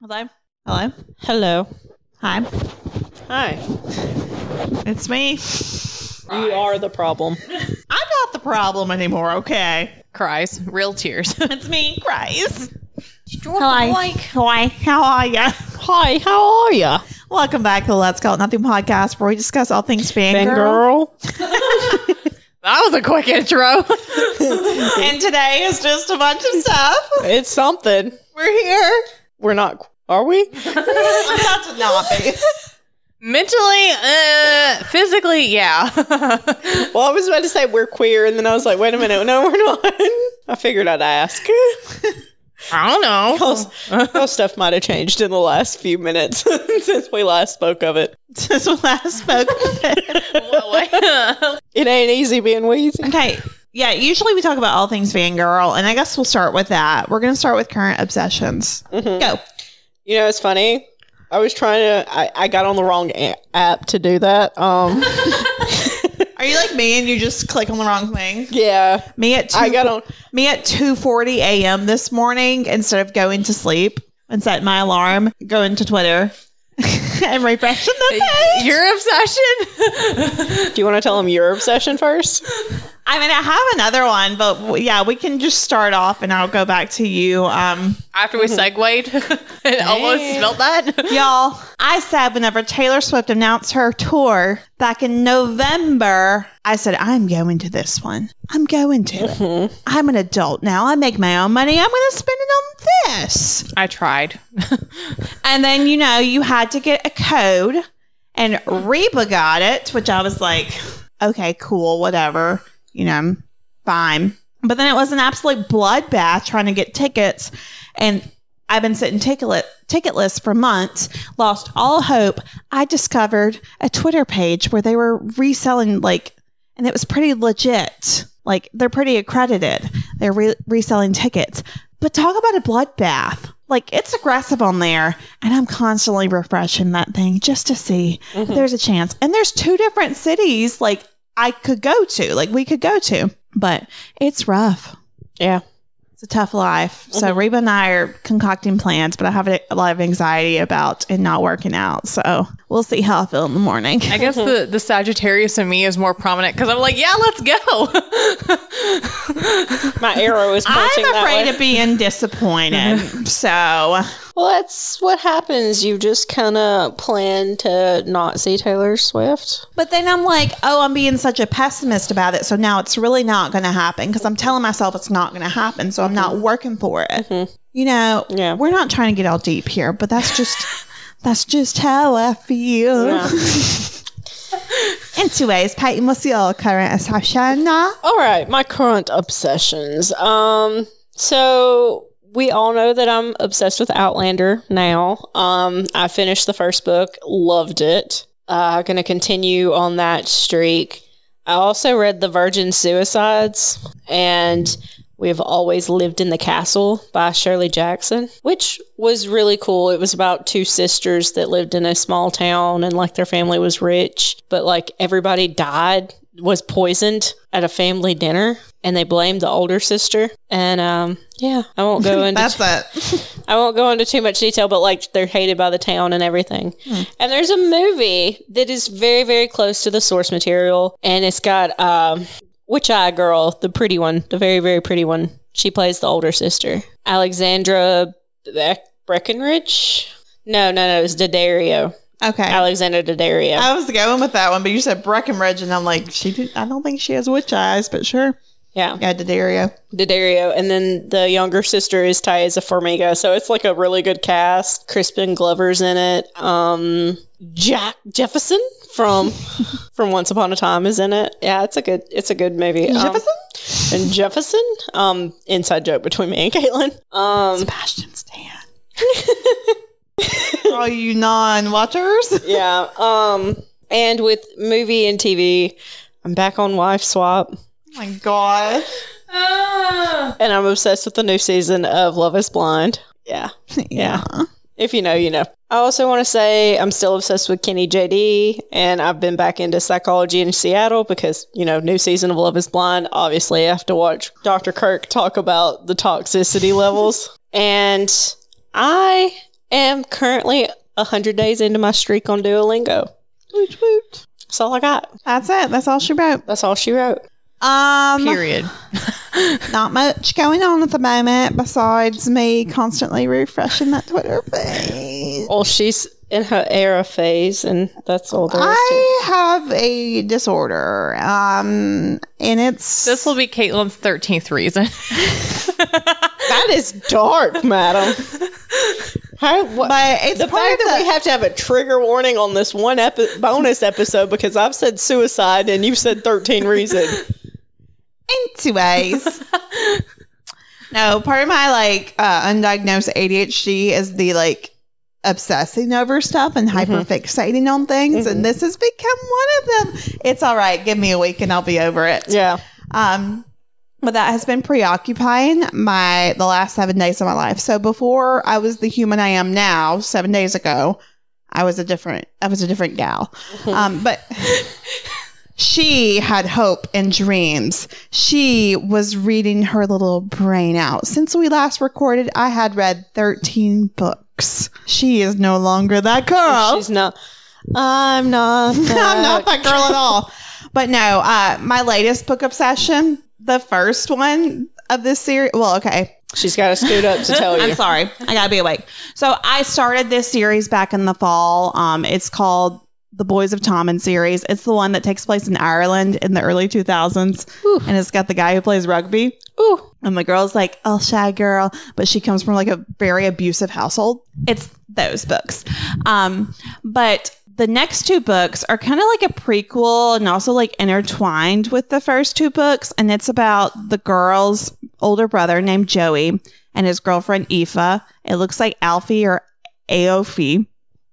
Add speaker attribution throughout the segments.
Speaker 1: Hello. Hello. Hello. Hi.
Speaker 2: Hi.
Speaker 1: It's me.
Speaker 2: You are the problem.
Speaker 1: I'm not the problem anymore, okay?
Speaker 2: Cries. Real tears.
Speaker 1: It's me, Grace.
Speaker 2: Hi.
Speaker 1: Hi. How are ya?
Speaker 2: Hi, how are ya?
Speaker 1: Welcome back to the Let's Call It Nothing podcast, where we discuss all things fangirl.
Speaker 2: that was a quick intro.
Speaker 1: and today is just a bunch of stuff.
Speaker 2: it's something.
Speaker 1: We're here.
Speaker 2: We're not, are we?
Speaker 1: That's a knobby.
Speaker 2: Mentally, uh, physically, yeah. well, I was about to say we're queer, and then I was like, wait a minute, no, we're not. I figured I'd ask. I don't know. How stuff might have changed in the last few minutes since we last spoke of it.
Speaker 1: Since we last spoke.
Speaker 2: It ain't easy being wheezy.
Speaker 1: okay. Yeah, usually we talk about all things fangirl, and I guess we'll start with that. We're going to start with current obsessions.
Speaker 2: Mhm.
Speaker 1: Go.
Speaker 2: You know, it's funny. I was trying to. I, I got on the wrong a- app to do that. Um,
Speaker 1: Are you like me and you just click on the wrong thing?
Speaker 2: yeah,
Speaker 1: Me at two,
Speaker 2: I got on.
Speaker 1: me at 2:40 a.m. this morning instead of going to sleep and set my alarm, going to Twitter and refreshing the page.
Speaker 2: Your obsession. do you want to tell them your obsession first?
Speaker 1: I mean, I have another one, but w- yeah, we can just start off and I'll go back to you. Um,
Speaker 3: after
Speaker 2: Mm-hmm.
Speaker 3: we segued and almost smelled that.
Speaker 1: y'all, I said whenever Taylor Swift announced her tour back in November, I said I'm going to this one. I'm going to it.
Speaker 3: Mm-hmm.
Speaker 1: I'm an adult now. I make my own money. I'm going to spend it on this.
Speaker 3: I tried.
Speaker 1: And then, you know, you had to get a code, and Reba got it, which I was like, okay, cool, whatever. You know, I'm fine. But then it was an absolute bloodbath trying to get tickets. And I've been sitting ticket ticketless for months, lost all hope. I discovered a Twitter page where they were reselling, like, and it was pretty legit. Like, they're pretty accredited. They're re- reselling tickets. But talk about a bloodbath. Like, it's aggressive on there. And I'm constantly refreshing that thing just to see if
Speaker 2: Mm-hmm.
Speaker 1: there's a chance. And there's two different cities, like, I could go to, like, we could go to. But it's rough.
Speaker 2: Yeah.
Speaker 1: It's a tough life. So, Reba and I are concocting plans, but I have a, a lot of anxiety about it not working out. So, we'll see how I feel in the morning.
Speaker 3: I guess the, the Sagittarius in me is more prominent because I'm like, yeah, let's go.
Speaker 2: My arrow is pointing
Speaker 1: I'm
Speaker 2: that
Speaker 1: afraid
Speaker 2: way.
Speaker 1: of being disappointed. so,
Speaker 2: well, that's what happens. You just kind of plan to not see Taylor Swift.
Speaker 1: but then I'm like, oh, I'm being such a pessimist about it. So now it's really not going to happen because I'm telling myself it's not going to happen. So I'm not working for it. You know,
Speaker 2: Mm-hmm. Yeah.
Speaker 1: we're not trying to get all deep here, but that's just that's just how I feel.
Speaker 2: Yeah.
Speaker 1: Anyways, Peyton, what's your current assumption?
Speaker 2: All right, my current obsessions. Um, so we all know that I'm obsessed with Outlander now. Um, I finished the first book, loved it. Uh, gonna continue on that streak. I also read The Virgin Suicides and We Have Always Lived in the Castle by Shirley Jackson, which was really cool. It was about two sisters that lived in a small town and like their family was rich, but like everybody died, was poisoned at a family dinner, and they blamed the older sister. And um, yeah, I won't go into
Speaker 1: That's it.
Speaker 2: I won't go into too much detail, but like they're hated by the town and everything. And there's a movie that is very, very close to the source material, and it's got um, Witch Eye Girl, the pretty one, the very, very pretty one. She plays the older sister, Alexandra Beck- Breckenridge. No, no, no, it's Daddario.
Speaker 1: Okay.
Speaker 2: Alexander Daddario.
Speaker 1: I was going with that one, but you said Breckenridge, and I'm like, she. Did, I don't think she has witch eyes, but sure.
Speaker 2: yeah,
Speaker 1: Yeah, Daddario.
Speaker 2: Daddario. And then the younger sister is Thaisa Formiga. So it's like a really good cast. Crispin Glover's in it. Um, Jack Jefferson from from Once Upon a Time is in it. Yeah, it's a good it's a good movie. Um,
Speaker 1: Jefferson?
Speaker 2: and Jefferson. Um, inside joke between me and Caitlin. Um,
Speaker 1: Sebastian Stan. For all you non-watchers,
Speaker 2: yeah. Um, and with movie and TV, I'm back on Wife Swap,
Speaker 1: oh my god,
Speaker 2: and I'm obsessed with the new season of Love Is Blind. Yeah.
Speaker 1: yeah,
Speaker 2: If you know, you know. I also want to say I'm still obsessed with Kenny JD, and I've been back into psychology in Seattle because, you know, new season of Love is Blind. Obviously, I have to watch Dr. Kirk talk about the toxicity levels. And I am currently 100 days into my streak on Duolingo.
Speaker 1: Woot woot.
Speaker 2: That's all I got.
Speaker 1: That's it. That's all she wrote.
Speaker 2: That's all she wrote.
Speaker 1: Um,
Speaker 3: Period.
Speaker 1: not much going on at the moment besides me constantly refreshing that Twitter feed.
Speaker 2: Well, she's in her era phase, and that's all there is to it.
Speaker 1: I have a disorder, um, and it's
Speaker 3: this will be Caitlin's 13th reason.
Speaker 2: That is dark, madam. How, what,
Speaker 1: but it's
Speaker 2: the
Speaker 1: part
Speaker 2: fact
Speaker 1: of
Speaker 2: that we have to have a trigger warning on this one epi- bonus episode because I've said suicide and you've said 13 reason.
Speaker 1: Anyways. no, part of my like uh, undiagnosed ADHD is the like obsessing over stuff and hyperfixating on things, and this has become one of them. It's all right. Give me a week and I'll be over it.
Speaker 2: Yeah.
Speaker 1: Um, but that has been preoccupying my the last seven days of my life. So before I was the human I am now, seven days ago, I was a different I was a different gal. Um, but she had hope and dreams. She was reading her little brain out. Since we last recorded, I had read thirteen books. She is no longer that girl.
Speaker 2: She's not. I'm not.
Speaker 1: I'm not that girl at all. But no, uh, my latest book obsession, the first one of this series. Well, okay.
Speaker 2: She's got to scoot up to tell you.
Speaker 1: I'm sorry. I got to be awake. So I started this series back in the fall. Um, it's called The Boys of Tommen series. It's the one that takes place in Ireland in the early 2000s.
Speaker 2: Ooh.
Speaker 1: And it's got the guy who plays rugby.
Speaker 2: Ooh.
Speaker 1: And the girl's like, oh, shy girl. But she comes from like a very abusive household. It's those books. Um, but the next two books are kind of like a prequel and also like intertwined with the first two books. And it's about the girl's older brother named Joey and his girlfriend Aoife. It looks like Alfie or Aofi,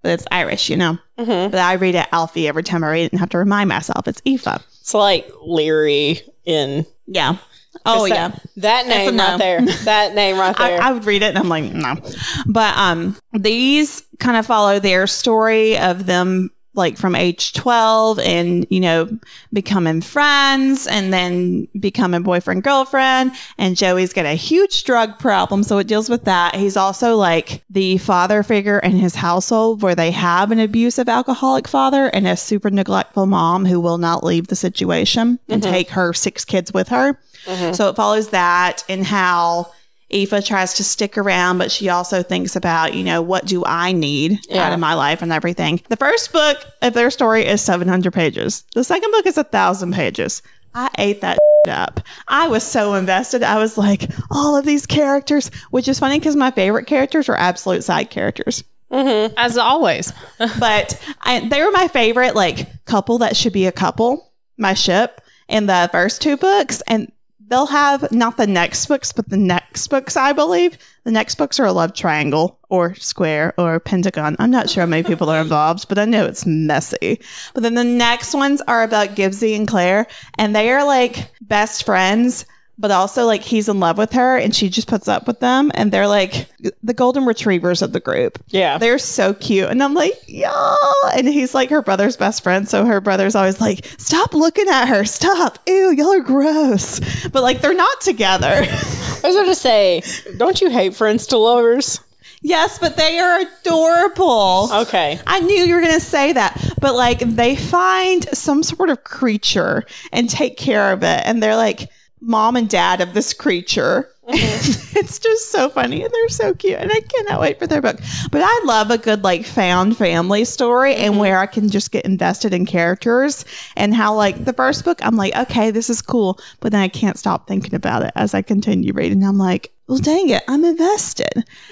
Speaker 1: but it's Irish, you know.
Speaker 2: Mhm.
Speaker 1: But I read it Alfie every time I read it and have to remind myself it's Aoife.
Speaker 2: It's like Leary in.
Speaker 1: Yeah. Oh,
Speaker 2: It's
Speaker 1: yeah.
Speaker 2: that,
Speaker 1: That's
Speaker 2: That
Speaker 1: a
Speaker 2: name
Speaker 1: no.
Speaker 2: right there. That name right
Speaker 1: I,
Speaker 2: there.
Speaker 1: I would read it and I'm like, no. But um, these kind of follow their story of them like from age 12 and, you know, becoming friends and then becoming boyfriend, girlfriend. And Joey's got a huge drug problem. So it deals with that. He's also like the father figure in his household where they have an abusive alcoholic father and a super neglectful mom who will not leave the situation and take her six kids with her. So it follows that and how Aoife tries to stick around, but she also thinks about, you know, what do I need
Speaker 2: Yeah.
Speaker 1: out of my life and everything. The first book of their story is 700 pages. The second book is 1,000 pages. I ate that up. I was so invested. I was like, all of these characters, which is funny because my favorite characters are absolute side characters
Speaker 2: mm-hmm.
Speaker 3: As always.
Speaker 1: but I, they were my favorite like couple that should be a couple my ship in the first two books and they'll have not the next books but the next books i believe the next books are a love triangle or square or pentagon i'm not sure how many people are involved but i know it's messy but then the next ones are about gibbsy and claire and they are like best friends but also like he's in love with her and she just puts up with them and they're like the golden retrievers of the group
Speaker 2: Yeah.
Speaker 1: they're so cute. And I'm like, y'all. And he's like her brother's best friend. So her brother's always like, stop looking at her. Stop. Ew, y'all are gross. But like, they're not together.
Speaker 2: I was going to say, don't you hate friends to lovers?
Speaker 1: yes, but they are adorable.
Speaker 2: Okay.
Speaker 1: I knew you were going to say that. But like, they find some sort of creature and take care of it. And they're like, mom and dad of this creature. it's just so funny. And they're so cute. And I cannot wait for their book. But I love a good, like, found family story and where I can just get invested in characters and how, like, the first book, I'm like, okay, this is cool. But then I can't stop thinking about it as I continue reading. I'm like, well, dang it, I'm invested.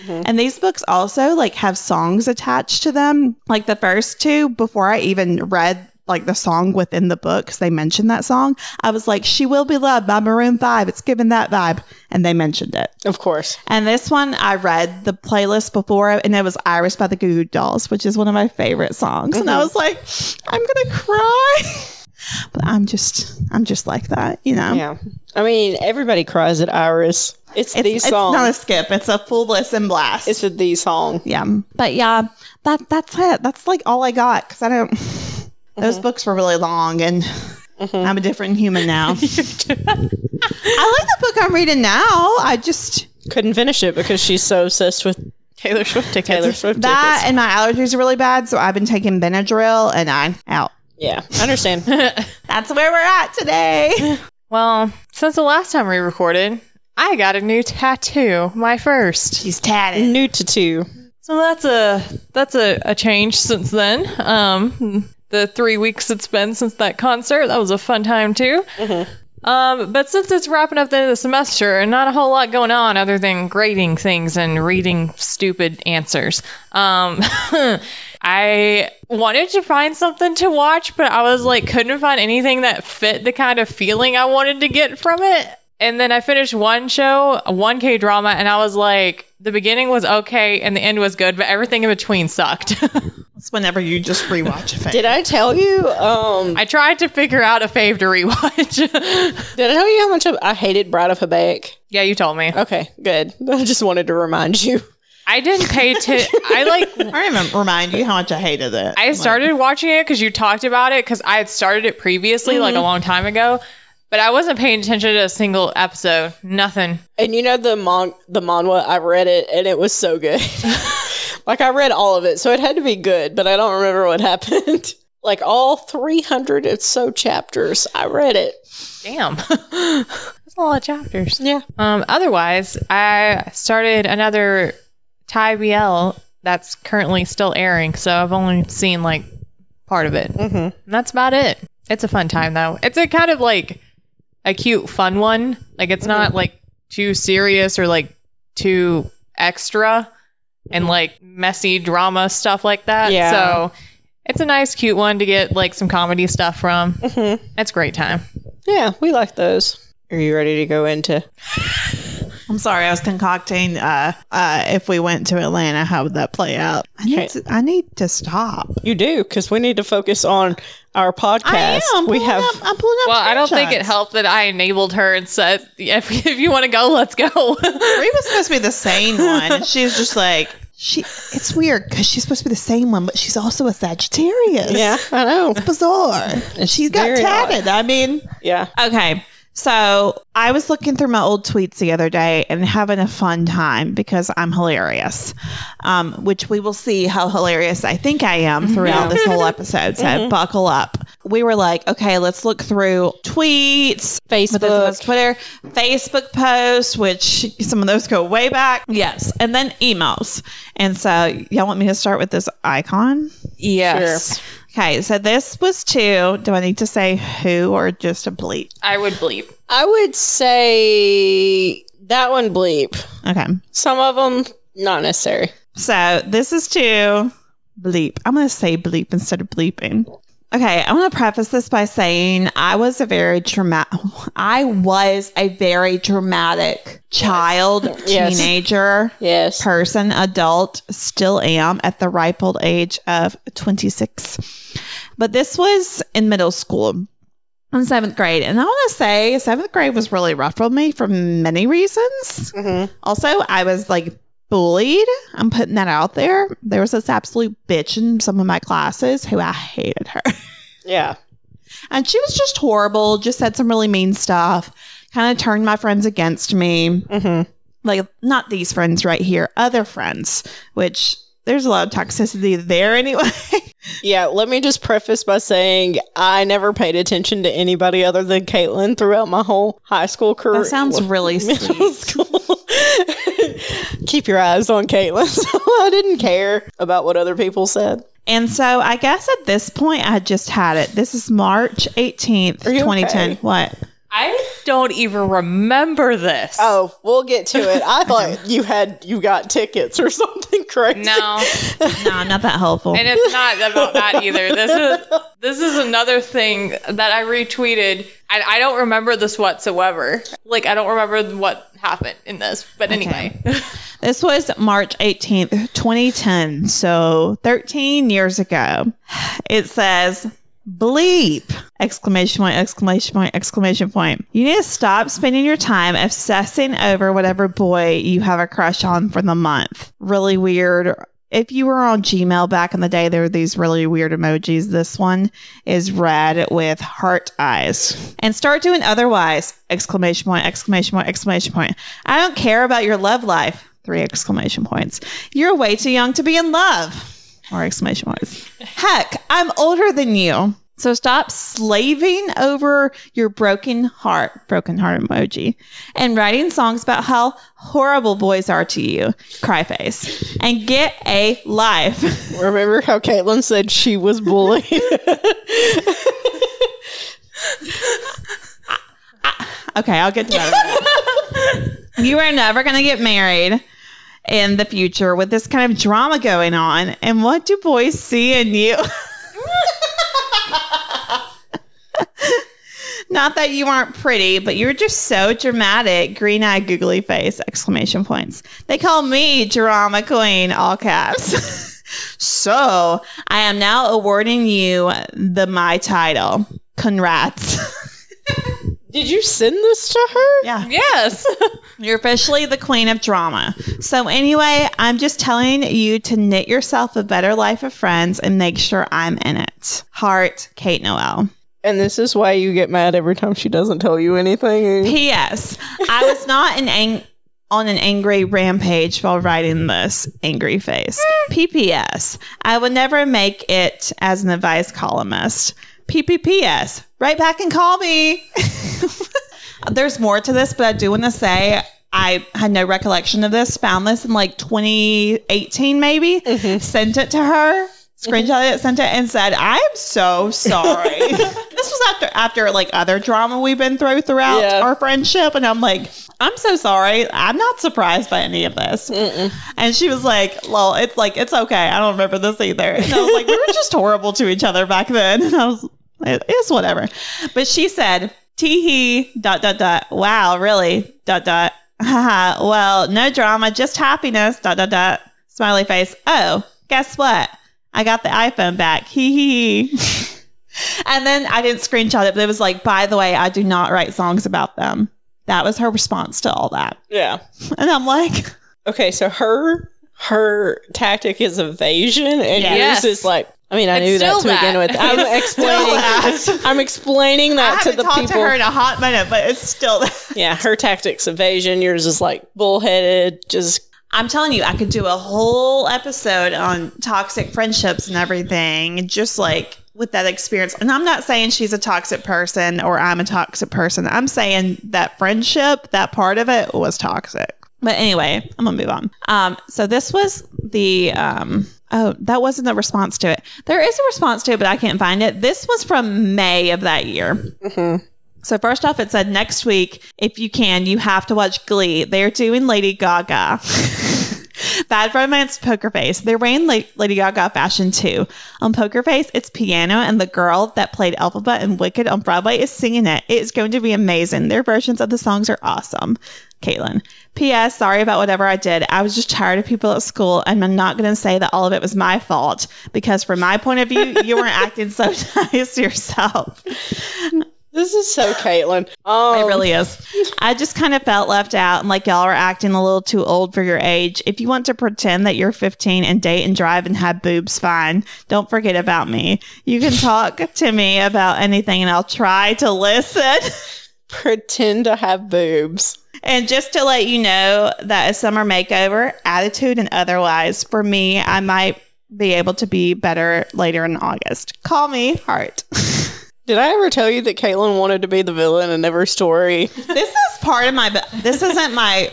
Speaker 1: And these books also like have songs attached to them. Like the first two, before I even read like the song within the book, 'cause they mentioned that song, I was like, "She Will Be Loved" by Maroon Five. It's given that vibe, and they mentioned it.
Speaker 2: Of course.
Speaker 1: And this one, I read the playlist before, and it was "Iris" by the Goo Goo Dolls, which is one of my favorite songs. And I was like, "I'm gonna cry," but I'm just, I'm just like that, you know.
Speaker 2: Yeah. I mean, everybody cries at Iris. It's,
Speaker 1: It's,
Speaker 2: the
Speaker 1: it's not
Speaker 2: song.
Speaker 1: a skip; it's a full listen blast.
Speaker 2: it's a the song.
Speaker 1: yeah but yeah that that's it that's like all i got because i don't those books were really long and i'm a different human now i like the book i'm reading now i just
Speaker 2: Couldn't finish it because she's so obsessed with
Speaker 3: Taylor Swift tickets.
Speaker 2: Taylor Swift
Speaker 1: That
Speaker 2: tickets.
Speaker 1: and my allergies are really bad, so I've been taking Benadryl and I'm out.
Speaker 2: Yeah, I understand.
Speaker 1: That's where we're at today.
Speaker 3: well, since the last time we recorded, I got a new tattoo, my first.
Speaker 1: She's tatted.
Speaker 2: New to two.
Speaker 3: So that's a that's a, a change since then. Um, the three weeks it's been since that concert, that was a fun time too. Um, but since it's wrapping up the end of the semester and not a whole lot going on other than grading things and reading stupid answers, um, I wanted to find something to watch, but I was like, couldn't find anything that fit the kind of feeling I wanted to get from it. And then I finished one show, one K drama, and I was like, the beginning was okay and the end was good, but everything in between sucked.
Speaker 1: It's whenever you just rewatch a thing.
Speaker 2: Did I tell you? Um,
Speaker 3: I tried to figure out a fave to rewatch.
Speaker 2: did I tell you how much I hated Bride of Habakkuk?
Speaker 3: yeah, you told me.
Speaker 2: Okay, good. I just wanted to remind you.
Speaker 3: I didn't pay attention. I like.
Speaker 1: I remember remind you how much I hated it.
Speaker 3: I started watching it because you talked about it because I had started it previously, like a long time ago, but I wasn't paying attention to a single episode. Nothing.
Speaker 2: And you know the mon- the manhwa, I read it and it was so good. like I read all of it, so it had to be good, but I don't remember what happened. like all 300 and so chapters, I read it.
Speaker 3: Damn. That's a lot of chapters.
Speaker 2: Yeah.
Speaker 3: Um, otherwise, I started another Thai BL that's currently still airing, so I've only seen like part of it. Mm-hmm. And that's about it. It's a fun time though. It's a kind of like a cute, fun one. Like it's not like too serious or like too extra and like messy drama stuff like that.
Speaker 2: Yeah.
Speaker 3: So it's a nice, cute one to get like some comedy stuff from.
Speaker 2: Mhm.
Speaker 3: It's a great time.
Speaker 2: Yeah, we like those. Are you ready to go into?
Speaker 1: I'm sorry, I was concocting uh, uh, if we went to Atlanta, how would that play out? I need, to, I need to stop.
Speaker 2: You do cuz we need to focus on our podcast.
Speaker 1: I am. I'm
Speaker 2: we
Speaker 1: pulling
Speaker 2: have
Speaker 1: Up, I'm pulling up.
Speaker 3: Well, I don't think it
Speaker 1: screenshots.
Speaker 3: helped that I enabled her and said, "If, if you want to go, let's go."
Speaker 1: Bree was supposed to be the same one. and She was just like she. It's weird because she's supposed to be the same one, but she's also a Sagittarius.
Speaker 2: Yeah, I know.
Speaker 1: bizarre. And she's got
Speaker 2: Very
Speaker 1: tatted. I mean,
Speaker 2: Yeah.
Speaker 1: okay. So I was looking through my old tweets the other day and having a fun time because I'm hilarious, um, which we will see how hilarious I think I am throughout this whole episode. So buckle up. We were like, okay, let's look through tweets, but then there was
Speaker 2: Facebook.
Speaker 1: Twitter, Facebook posts, which some of those go way back. Yes. And then emails. And so y'all want me to start with this icon?
Speaker 3: yes,
Speaker 1: Okay, so this was two. Do I need to say who or just a bleep?
Speaker 3: I would bleep.
Speaker 2: I would say that one bleep.
Speaker 1: Okay.
Speaker 2: Some of them not necessary.
Speaker 1: So this is two. Bleep. I'm going to say bleep instead of bleeping. Okay, I want to preface this by saying I was a very dramatic I was a very dramatic child,
Speaker 2: Yes.
Speaker 1: teenager,
Speaker 2: Yes.
Speaker 1: person, adult, still am at the ripe old age of 26. But this was in middle school, in seventh grade. And I want to say seventh grade was really rough for me for many reasons.
Speaker 2: Mhm.
Speaker 1: Also, I was like bullied. I'm putting that out there. There was this absolute bitch in some of my classes who I hated her.
Speaker 2: Yeah.
Speaker 1: And she was just horrible, just said some really mean stuff, kind of turned my friends against me
Speaker 2: Mhm.
Speaker 1: like not these friends right here, other friends, which there's a lot of toxicity there anyway.
Speaker 2: Yeah, let me just preface by saying I never paid attention to anybody other than Caitlin throughout my whole high school career.
Speaker 1: That sounds really
Speaker 2: middle
Speaker 1: sweet.
Speaker 2: school. Keep your eyes on Caitlin. So I didn't care about what other people said.
Speaker 1: And so I guess at this point I just had it. This is March 18th,
Speaker 2: Are you
Speaker 1: 2010.
Speaker 2: okay?
Speaker 1: What?
Speaker 3: I don't even remember this.
Speaker 2: Oh, we'll get to it. I thought you had you got tickets or something crazy.
Speaker 3: no,
Speaker 1: No, not that helpful.
Speaker 3: and it's not about that either. This is this is another thing that I retweeted, and I don't remember this whatsoever. Like I don't remember what happened in this. But anyway,
Speaker 1: This was March 18th, 2010. So 13 years ago. It says, bleep! Exclamation point, exclamation point, exclamation point. You need to stop spending your time obsessing over whatever boy you have a crush on for the month. Really weird. If you were on Gmail back in the day, there were these really weird emojis. This one is red with heart eyes. And start doing otherwise! Exclamation point, exclamation point, exclamation point. I don't care about your love life. Three exclamation points. You're way too young to be in love. More exclamation points. Heck, I'm older than you. So stop slaving over your broken heart, broken heart emoji, and writing songs about how horrible boys are to you, cry face, and get a life.
Speaker 2: Remember how Caitlin said she was bullied?
Speaker 1: Okay, I'll get to that. in a minute. you are never going to get married in the future with this kind of drama going on. And what do boys see in you? Not that you aren't pretty, but you're just so dramatic. Green eye, googly face, exclamation points. They call me drama queen, all caps. so I am now awarding you the my title. Congrats.
Speaker 2: Did you send this to her?
Speaker 1: yeah.
Speaker 3: Yes.
Speaker 1: You're officially the queen of drama. So, anyway, I'm just telling you to knit yourself a better life of friends and make sure I'm in it. Heart, Kate Noel.
Speaker 2: And this is why you get mad every time she doesn't tell you anything.
Speaker 1: P.S. I was not an ang- on an angry rampage while writing this angry face. P.P.S. I would never make it as an advice columnist. P.P.P.S. Write back and call me. There's more to this, but I do want to say I had no recollection of this. Found this in like 2018, maybe. Sent it to her. Screenshot it, sent it, and said, "I am so sorry." this was after after like other drama we've been through throughout
Speaker 2: Yeah.
Speaker 1: our friendship, and I'm like, "I'm so sorry. I'm not surprised by any of this." And she was like, "Lol, it's like it's okay. I don't remember this either." And I was like, "We were just horrible to each other back then." And I was, it, "It's whatever." But she said, "Tee hee dot dot dot. Wow, really dot dot. Haha. Well, no drama, just happiness dot dot dot. Smiley face. Oh, guess what? I got the iPhone back. Hee hee." hee. And then I didn't screenshot it, but it was like, by the way, I do not write songs about them. That was her response to all that.
Speaker 2: Yeah.
Speaker 1: And I'm like,
Speaker 2: Okay, so her her tactic is evasion, and
Speaker 3: Yes.
Speaker 2: yours is like. I mean, I
Speaker 3: It's
Speaker 2: knew that
Speaker 3: still
Speaker 2: to begin
Speaker 3: that.
Speaker 2: with. I'm
Speaker 1: It's still
Speaker 2: explaining.
Speaker 1: that.
Speaker 2: I'm explaining
Speaker 1: I
Speaker 2: that to
Speaker 1: haven't
Speaker 2: the
Speaker 1: talked
Speaker 2: people.
Speaker 1: to her in a hot minute, but it's still.
Speaker 2: yeah, her tactics evasion. Yours is like bullheaded. Just
Speaker 1: I'm telling you, I could do a whole episode on toxic friendships and everything, just like with that experience. And I'm not saying she's a toxic person or I'm a toxic person. I'm saying that friendship, that part of it was toxic. But anyway, I'm gonna move on. Um, so this was the um, oh, that wasn't the response to it. There is a response to it, but I can't find it. This was from May of that year. So first off, it said next week, if you can, you have to watch Glee. They're doing Lady Gaga. Bad Romance, Poker Face. They're wearing La- Lady Gaga fashion too. On Poker Face, it's piano, and the girl that played Alphabet and Wicked on Broadway is singing it. It's going to be amazing. Their versions of the songs are awesome. Caitlin. P.S. Sorry about whatever I did. I was just tired of people at school, and I'm not going to say that all of it was my fault because, from my point of view, you weren't acting so nice yourself.
Speaker 2: this is so Caitlin. Um,
Speaker 1: It really is. I just kind of felt left out and like y'all are acting a little too old for your age. If you want to pretend that you're 15 and date and drive and have boobs, fine. Don't forget about me. You can talk to me about anything and I'll try to listen.
Speaker 2: pretend to have boobs.
Speaker 1: And just to let you know that a summer makeover, attitude and otherwise, for me, I might be able to be better later in August. Call me heart.
Speaker 2: Did I ever tell you that Caitlin wanted to be the villain in every story?
Speaker 1: this is part of my this isn't my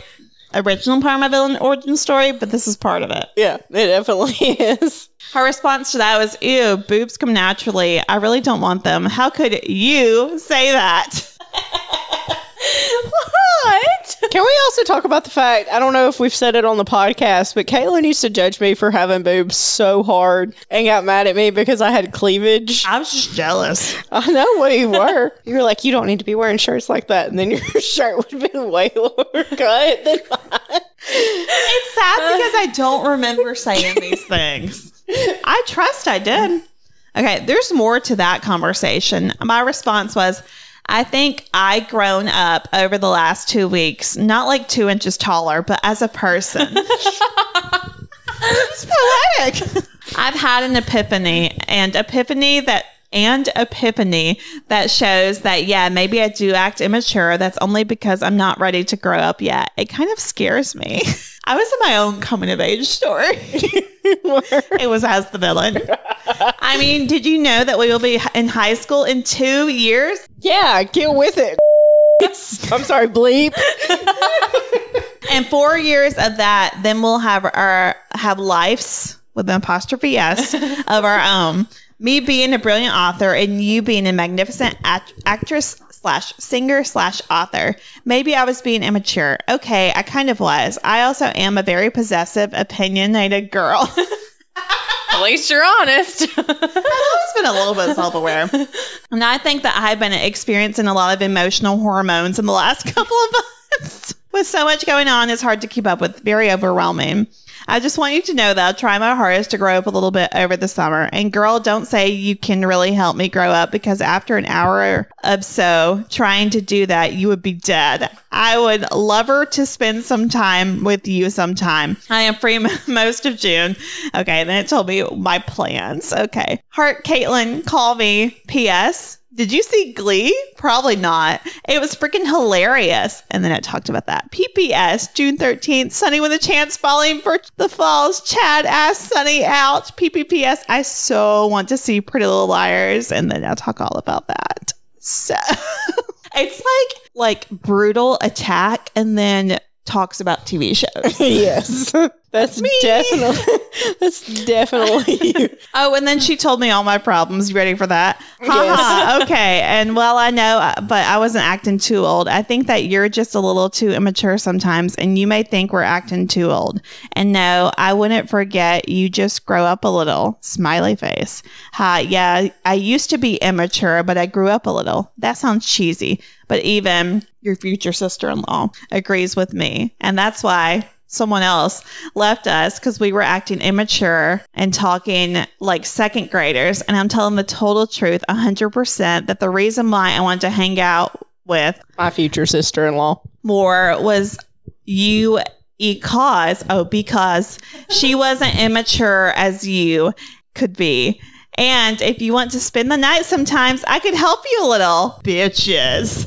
Speaker 1: original part of my villain origin story but this is part of it
Speaker 2: yeah, it definitely is.
Speaker 1: her response to that was ew boobs come naturally i really don't want them how could you say that what
Speaker 2: Can we also talk about the fact? I don't know if we've said it on the podcast, but Caitlin used to judge me for having boobs so hard and got mad at me because I had cleavage.
Speaker 1: i was just jealous
Speaker 2: I know what you were. You were like, you don't need to be wearing shirts like that, and then your shirt would have been way lower cut than mine.
Speaker 1: it's sad because i don't remember saying these things i trust i did okay there's more to that conversation my response was I think I grown up over the last two weeks, not like two inches taller, but as a person. it's poetic. I've had an epiphany, and epiphany that and epiphany that shows that, yeah, maybe I do act immature. That's only because I'm not ready to grow up yet. It kind of scares me. I was in my own coming of age story. it was as the villain. I mean, did you know that we will be in high school in two years?
Speaker 2: Yeah, get with it. I'm sorry, bleep.
Speaker 1: And four years of that, then we'll have our have lives with an apostrophe s of our own. Me being a brilliant author and you being a magnificent act- actress slash singer slash author. Maybe I was being immature. Okay, I kind of was. I also am a very possessive, opinionated girl.
Speaker 3: At least you're honest.
Speaker 1: I've always been a little bit self aware. And I think that I've been experiencing a lot of emotional hormones in the last couple of months. With so much going on, it's hard to keep up with, very overwhelming. I just want you to know that I'll try my hardest to grow up a little bit over the summer. And girl, don't say you can really help me grow up because after an hour of so trying to do that, you would be dead. I would love her to spend some time with you sometime. I am free m- most of June. Okay, then it told me my plans. Okay. Heart Caitlin, call me. P.S. Did you see Glee? Probably not. It was freaking hilarious. And then it talked about that. PPS, June 13th, Sunny with a chance falling for the falls. Chad asked Sunny out. PPPS, I so want to see Pretty Little Liars. And then I'll talk all about that. So it's like like brutal attack and then talks about TV shows.
Speaker 2: yes, that's
Speaker 1: Me.
Speaker 2: definitely that's definitely you.
Speaker 1: Oh, and then she told me all my problems. You ready for that? Ha
Speaker 2: Yes.
Speaker 1: ha. Okay. And well, I know, uh, but I wasn't acting too old. I think that you're just a little too immature sometimes, and you may think we're acting too old. And no, I wouldn't forget. You just grow up a little. Smiley face. Ha. Yeah. I used to be immature, but I grew up a little. That sounds cheesy, but even your future sister-in-law agrees with me, and that's why. Someone else left us because we were acting immature and talking like second graders. And I'm telling the total truth 100% that the reason why I wanted to hang out with
Speaker 2: My future sister-in-law.
Speaker 1: more was you because oh because she wasn't immature as you could be and if you want to spend the night sometimes i could help you a little bitches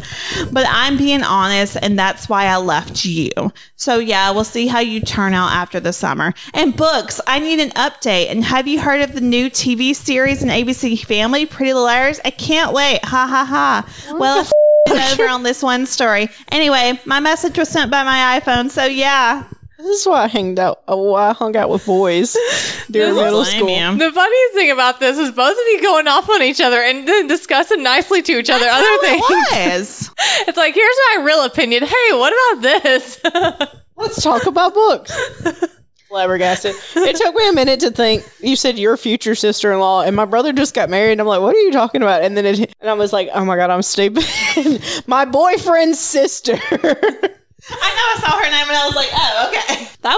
Speaker 1: but i'm being honest and that's why i left you so yeah we'll see how you turn out after the summer and books i need an update and have you heard of the new tv series in abc family pretty little liars i can't wait ha ha ha well if it over on this one story. Anyway, my message was sent by my iPhone, so yeah.
Speaker 2: This is why I hanged out. uh, Why I hung out with boys during
Speaker 3: This is
Speaker 2: middle
Speaker 1: lame,
Speaker 2: school.
Speaker 1: yeah.
Speaker 3: the funniest thing about this is both of you going off on each other and then discussing nicely to each other
Speaker 1: That's
Speaker 3: other
Speaker 1: how it
Speaker 3: things.
Speaker 1: was.
Speaker 3: It's like, here's my real opinion. Hey, what about this?
Speaker 2: Let's talk about books. Flabbergasted. It took me a minute to think. You said your future sister in law, and my brother just got married. and I'm like, what are you talking about? And then it, and I was like, oh my god, I'm stupid. my boyfriend's sister.
Speaker 1: I know I saw her name and I was like, oh, okay. That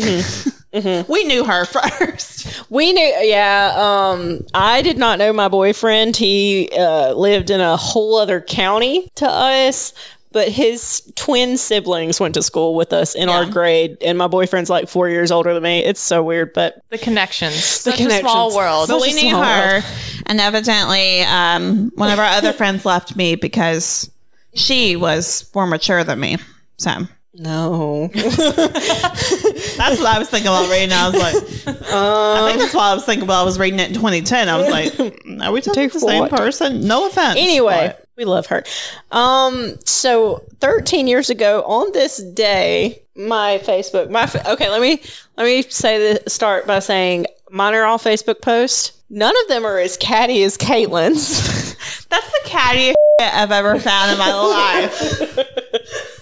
Speaker 1: was before we knew her first.
Speaker 2: we knew, yeah. Um, I did not know my boyfriend. He uh, lived in a whole other county to us. But his twin siblings went to school with us in our
Speaker 1: Yeah.
Speaker 2: grade, and my boyfriend's like four years older than me. It's so weird, but
Speaker 3: the connections. Such a
Speaker 2: connections.
Speaker 3: small world.
Speaker 2: So-
Speaker 1: But we
Speaker 2: Such a
Speaker 1: knew
Speaker 2: small
Speaker 1: her. And evidently, um, one of our other friends left me because she was more mature than me. So
Speaker 2: no.
Speaker 1: that's what I was thinking while reading. I was like, I
Speaker 2: Um,
Speaker 1: think that's what I was thinking while I was reading it in 2010. I was like, mm, are we talking
Speaker 2: Take
Speaker 1: about the same
Speaker 2: what?
Speaker 1: person? No offense.
Speaker 2: anyway,
Speaker 1: but-
Speaker 2: we love her. Um, so 13 years ago on this day, my Facebook, my fa- okay, let me let me say this, start by saying mine are all Facebook posts. None of them are as catty as Caitlin's.
Speaker 1: That's the cattiest shit I've ever found in my life. And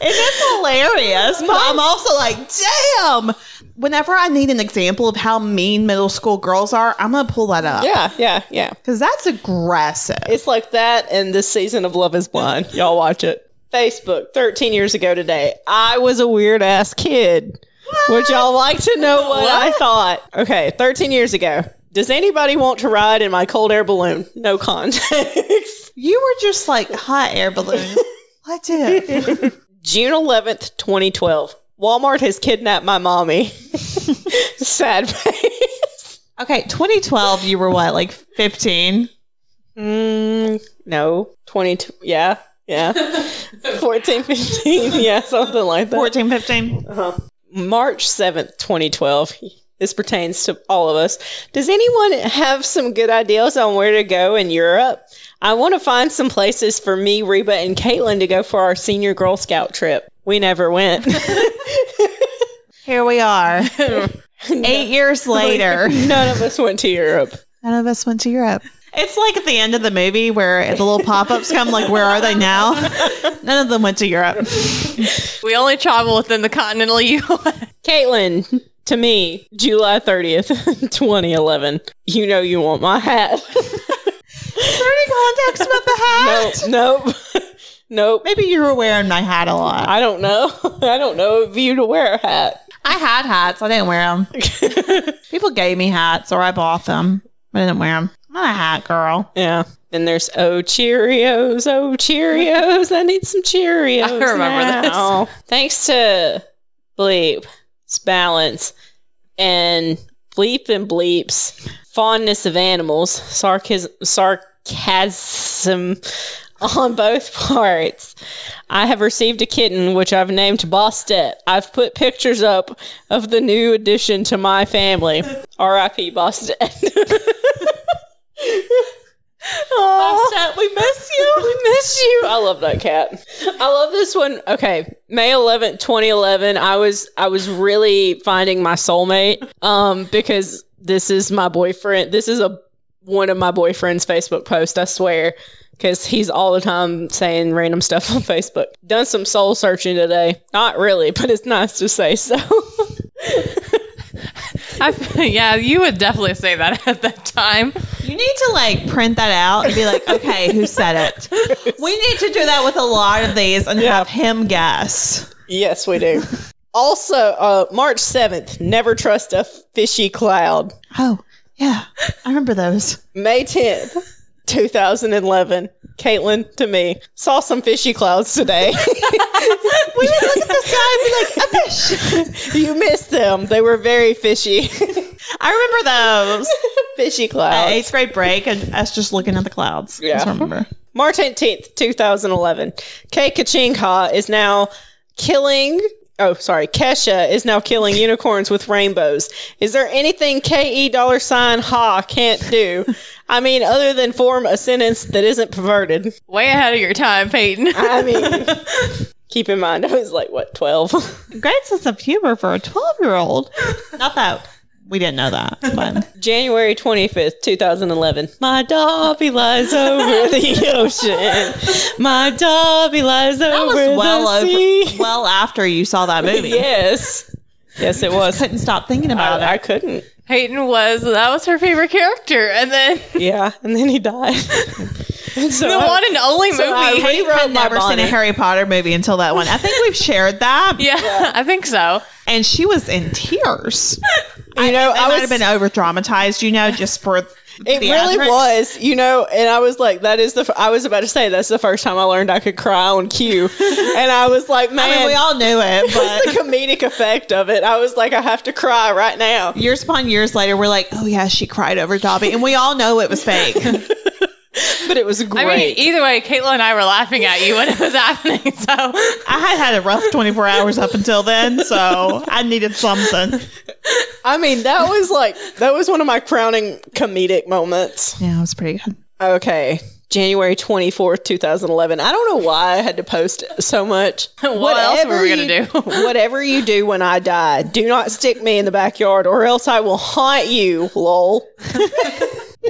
Speaker 1: it's hilarious, but I'm also like, damn. Whenever I need an example of how mean middle school girls are, I'm gonna pull that up
Speaker 2: yeah, yeah, yeah.
Speaker 1: because that's aggressive.
Speaker 2: It's like that and this season of Love is Blind. Y'all watch it. Facebook, 13 years ago today. I was a weird ass kid. Would y'all like to know what, I thought? Okay, 13 years ago. Does anybody want to ride in my cold air balloon? No context.
Speaker 1: You were just like hot air balloon. What did?
Speaker 2: June 11th, 2012. Walmart has kidnapped my mommy. Sad face.
Speaker 1: Okay, 2012, you were what, like 15?
Speaker 2: Mm, no, 22. Yeah, yeah. 14, 15. Yeah, something like that.
Speaker 1: 14, 15?
Speaker 2: Uh-huh. March 7th, 2012. This pertains to all of us. Does anyone have some good ideas on where to go in Europe? I want to find some places for me, Reba, and Caitlin to go for our senior Girl Scout trip. We never went.
Speaker 1: Here we are,
Speaker 2: Eight
Speaker 1: eight years later.
Speaker 2: None of us went to Europe.
Speaker 1: None of us went to Europe. It's like at the end of the movie where the little pop ups come, like, where are they now? None of them went to Europe.
Speaker 3: We only travel within the continental U.S.
Speaker 2: Caitlin, to me, July 30th, 2011. You know you want my hat.
Speaker 1: Is there any context about the hat?
Speaker 2: nope, nope, nope.
Speaker 1: Maybe you were wearing my hat a lot.
Speaker 2: I don't know. I don't know if you to wear a hat.
Speaker 1: I had hats. I didn't wear them. People gave me hats or I bought them. I didn't wear them. I'm not a hat girl.
Speaker 2: yeah. Then there's oh Cheerios, oh Cheerios. I need some Cheerios.
Speaker 3: I remember this.
Speaker 2: now. Thanks to Bleep, Balance, and Bleep and Bleep's fondness of animals, sarcasm, sarcasm on both parts. I have received a kitten which I've named Bostet. I've put pictures up of the new addition to my family. R.I.P. Bostet.
Speaker 1: Offset, we miss you.
Speaker 2: We miss you. I love that cat. I love this one. Okay, May 11th, 2011. I was I was really finding my soulmate um because this is my boyfriend. This is a one of my boyfriend's Facebook posts, I swear, cuz he's all the time saying random stuff on Facebook. Done some soul searching today. Not really, but it's nice to say so.
Speaker 3: I, yeah, you would definitely say that at that time.
Speaker 1: You need to like print that out and be like, okay, who said it? We need to do that with a lot of these and
Speaker 2: Yeah.
Speaker 1: have him guess.
Speaker 2: yes, we do. Also, uh, March 7th, never trust a fishy cloud.
Speaker 1: Oh, yeah. I remember those.
Speaker 2: May 10th, 2011. Caitlin to me. Saw some fishy clouds today.
Speaker 1: We didn't look at the sky and be like, a fish.
Speaker 2: you missed them. They were very fishy.
Speaker 1: I remember those.
Speaker 2: fishy
Speaker 1: At
Speaker 2: clouds.
Speaker 1: eighth grade break and us just looking at the clouds.
Speaker 2: Yeah.
Speaker 1: Just remember.
Speaker 2: March 18th, 2011. Kay Kachinka is now killing. Oh, sorry. Kesha is now killing unicorns with rainbows. Is there anything KE dollar sign ha can't do? I mean, other than form a sentence that isn't perverted.
Speaker 3: Way ahead of your time, Peyton.
Speaker 2: I mean, keep in mind, I was like, what, 12?
Speaker 1: Great sense of humor for a 12 year old. Not that we didn't know that, but
Speaker 2: January 25th, 2011. My Dobby lies over the ocean. My Dobby lies
Speaker 1: that
Speaker 2: over
Speaker 1: was well
Speaker 2: the sea.
Speaker 1: over, well after you saw that movie.
Speaker 2: yes. Yes, it was.
Speaker 1: Couldn't stop thinking about
Speaker 2: I, I
Speaker 1: it.
Speaker 2: couldn't.
Speaker 3: Peyton was that was her favorite character, and then
Speaker 2: Yeah, and then he died. And so
Speaker 3: the
Speaker 2: I-
Speaker 3: one and only
Speaker 2: so I
Speaker 3: movie.
Speaker 2: re-
Speaker 1: Kate
Speaker 2: rewrote
Speaker 1: had
Speaker 2: my
Speaker 1: never seen a
Speaker 2: bonnet.
Speaker 1: Harry Potter movie until that one. I think we've shared that,
Speaker 3: yeah, I think so.
Speaker 1: and she was in tears.
Speaker 2: you know,
Speaker 1: I,
Speaker 2: I,
Speaker 1: might
Speaker 2: was.
Speaker 1: have been over dramatized, you know, just for
Speaker 2: it really was, you know, and I was like, that is the. F- I was about to say that's the first time I learned I could cry on cue, and I was like, man,
Speaker 1: I mean, we all knew it, but
Speaker 2: the comedic effect of it. I was like, I have to cry right now.
Speaker 1: years upon years later, we're like, oh yeah, she cried over Dobby, and we all know it was fake.
Speaker 2: But it was great.
Speaker 3: I mean, either way, Caitlin and I were laughing at you when it was happening. So
Speaker 1: I had had a rough 24 hours up until then, so I needed something.
Speaker 2: I mean, that was like that was one of my crowning comedic moments.
Speaker 1: Yeah, it was pretty good.
Speaker 2: Okay. January 24th, 2011. I don't know why I had to post so much.
Speaker 3: What else were we gonna
Speaker 2: you-
Speaker 3: do?
Speaker 2: whatever you do when I die, do not stick me in the backyard or else I will haunt you, lol.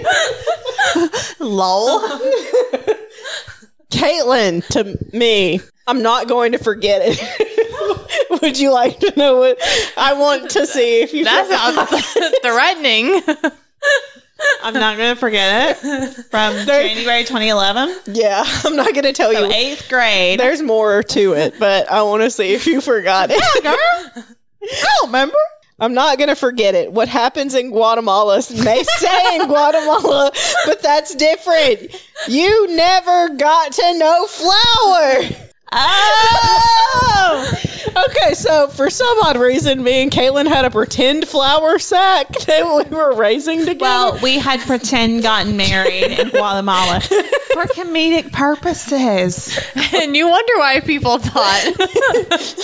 Speaker 1: Lol.
Speaker 2: Caitlin, to me, I'm not going to forget it. Would you like to know what I want to see if you
Speaker 3: that sounds threatening.
Speaker 1: I'm not going to forget it. From January 2011,
Speaker 2: Yeah, I'm not going to tell you.
Speaker 1: so eighth grade.
Speaker 2: There's more to it, but I want to see if you forgot it.
Speaker 1: girl. I don't remember.
Speaker 2: I'm not going to forget it. What happens in Guatemala may stay in Guatemala, but that's different. You never got to know flower.
Speaker 1: Oh!
Speaker 2: Okay, so for some odd reason, me and Caitlin had a pretend flower sack that we were raising together.
Speaker 1: Well, we had pretend gotten married in Guatemala for comedic purposes.
Speaker 3: and you wonder why people thought.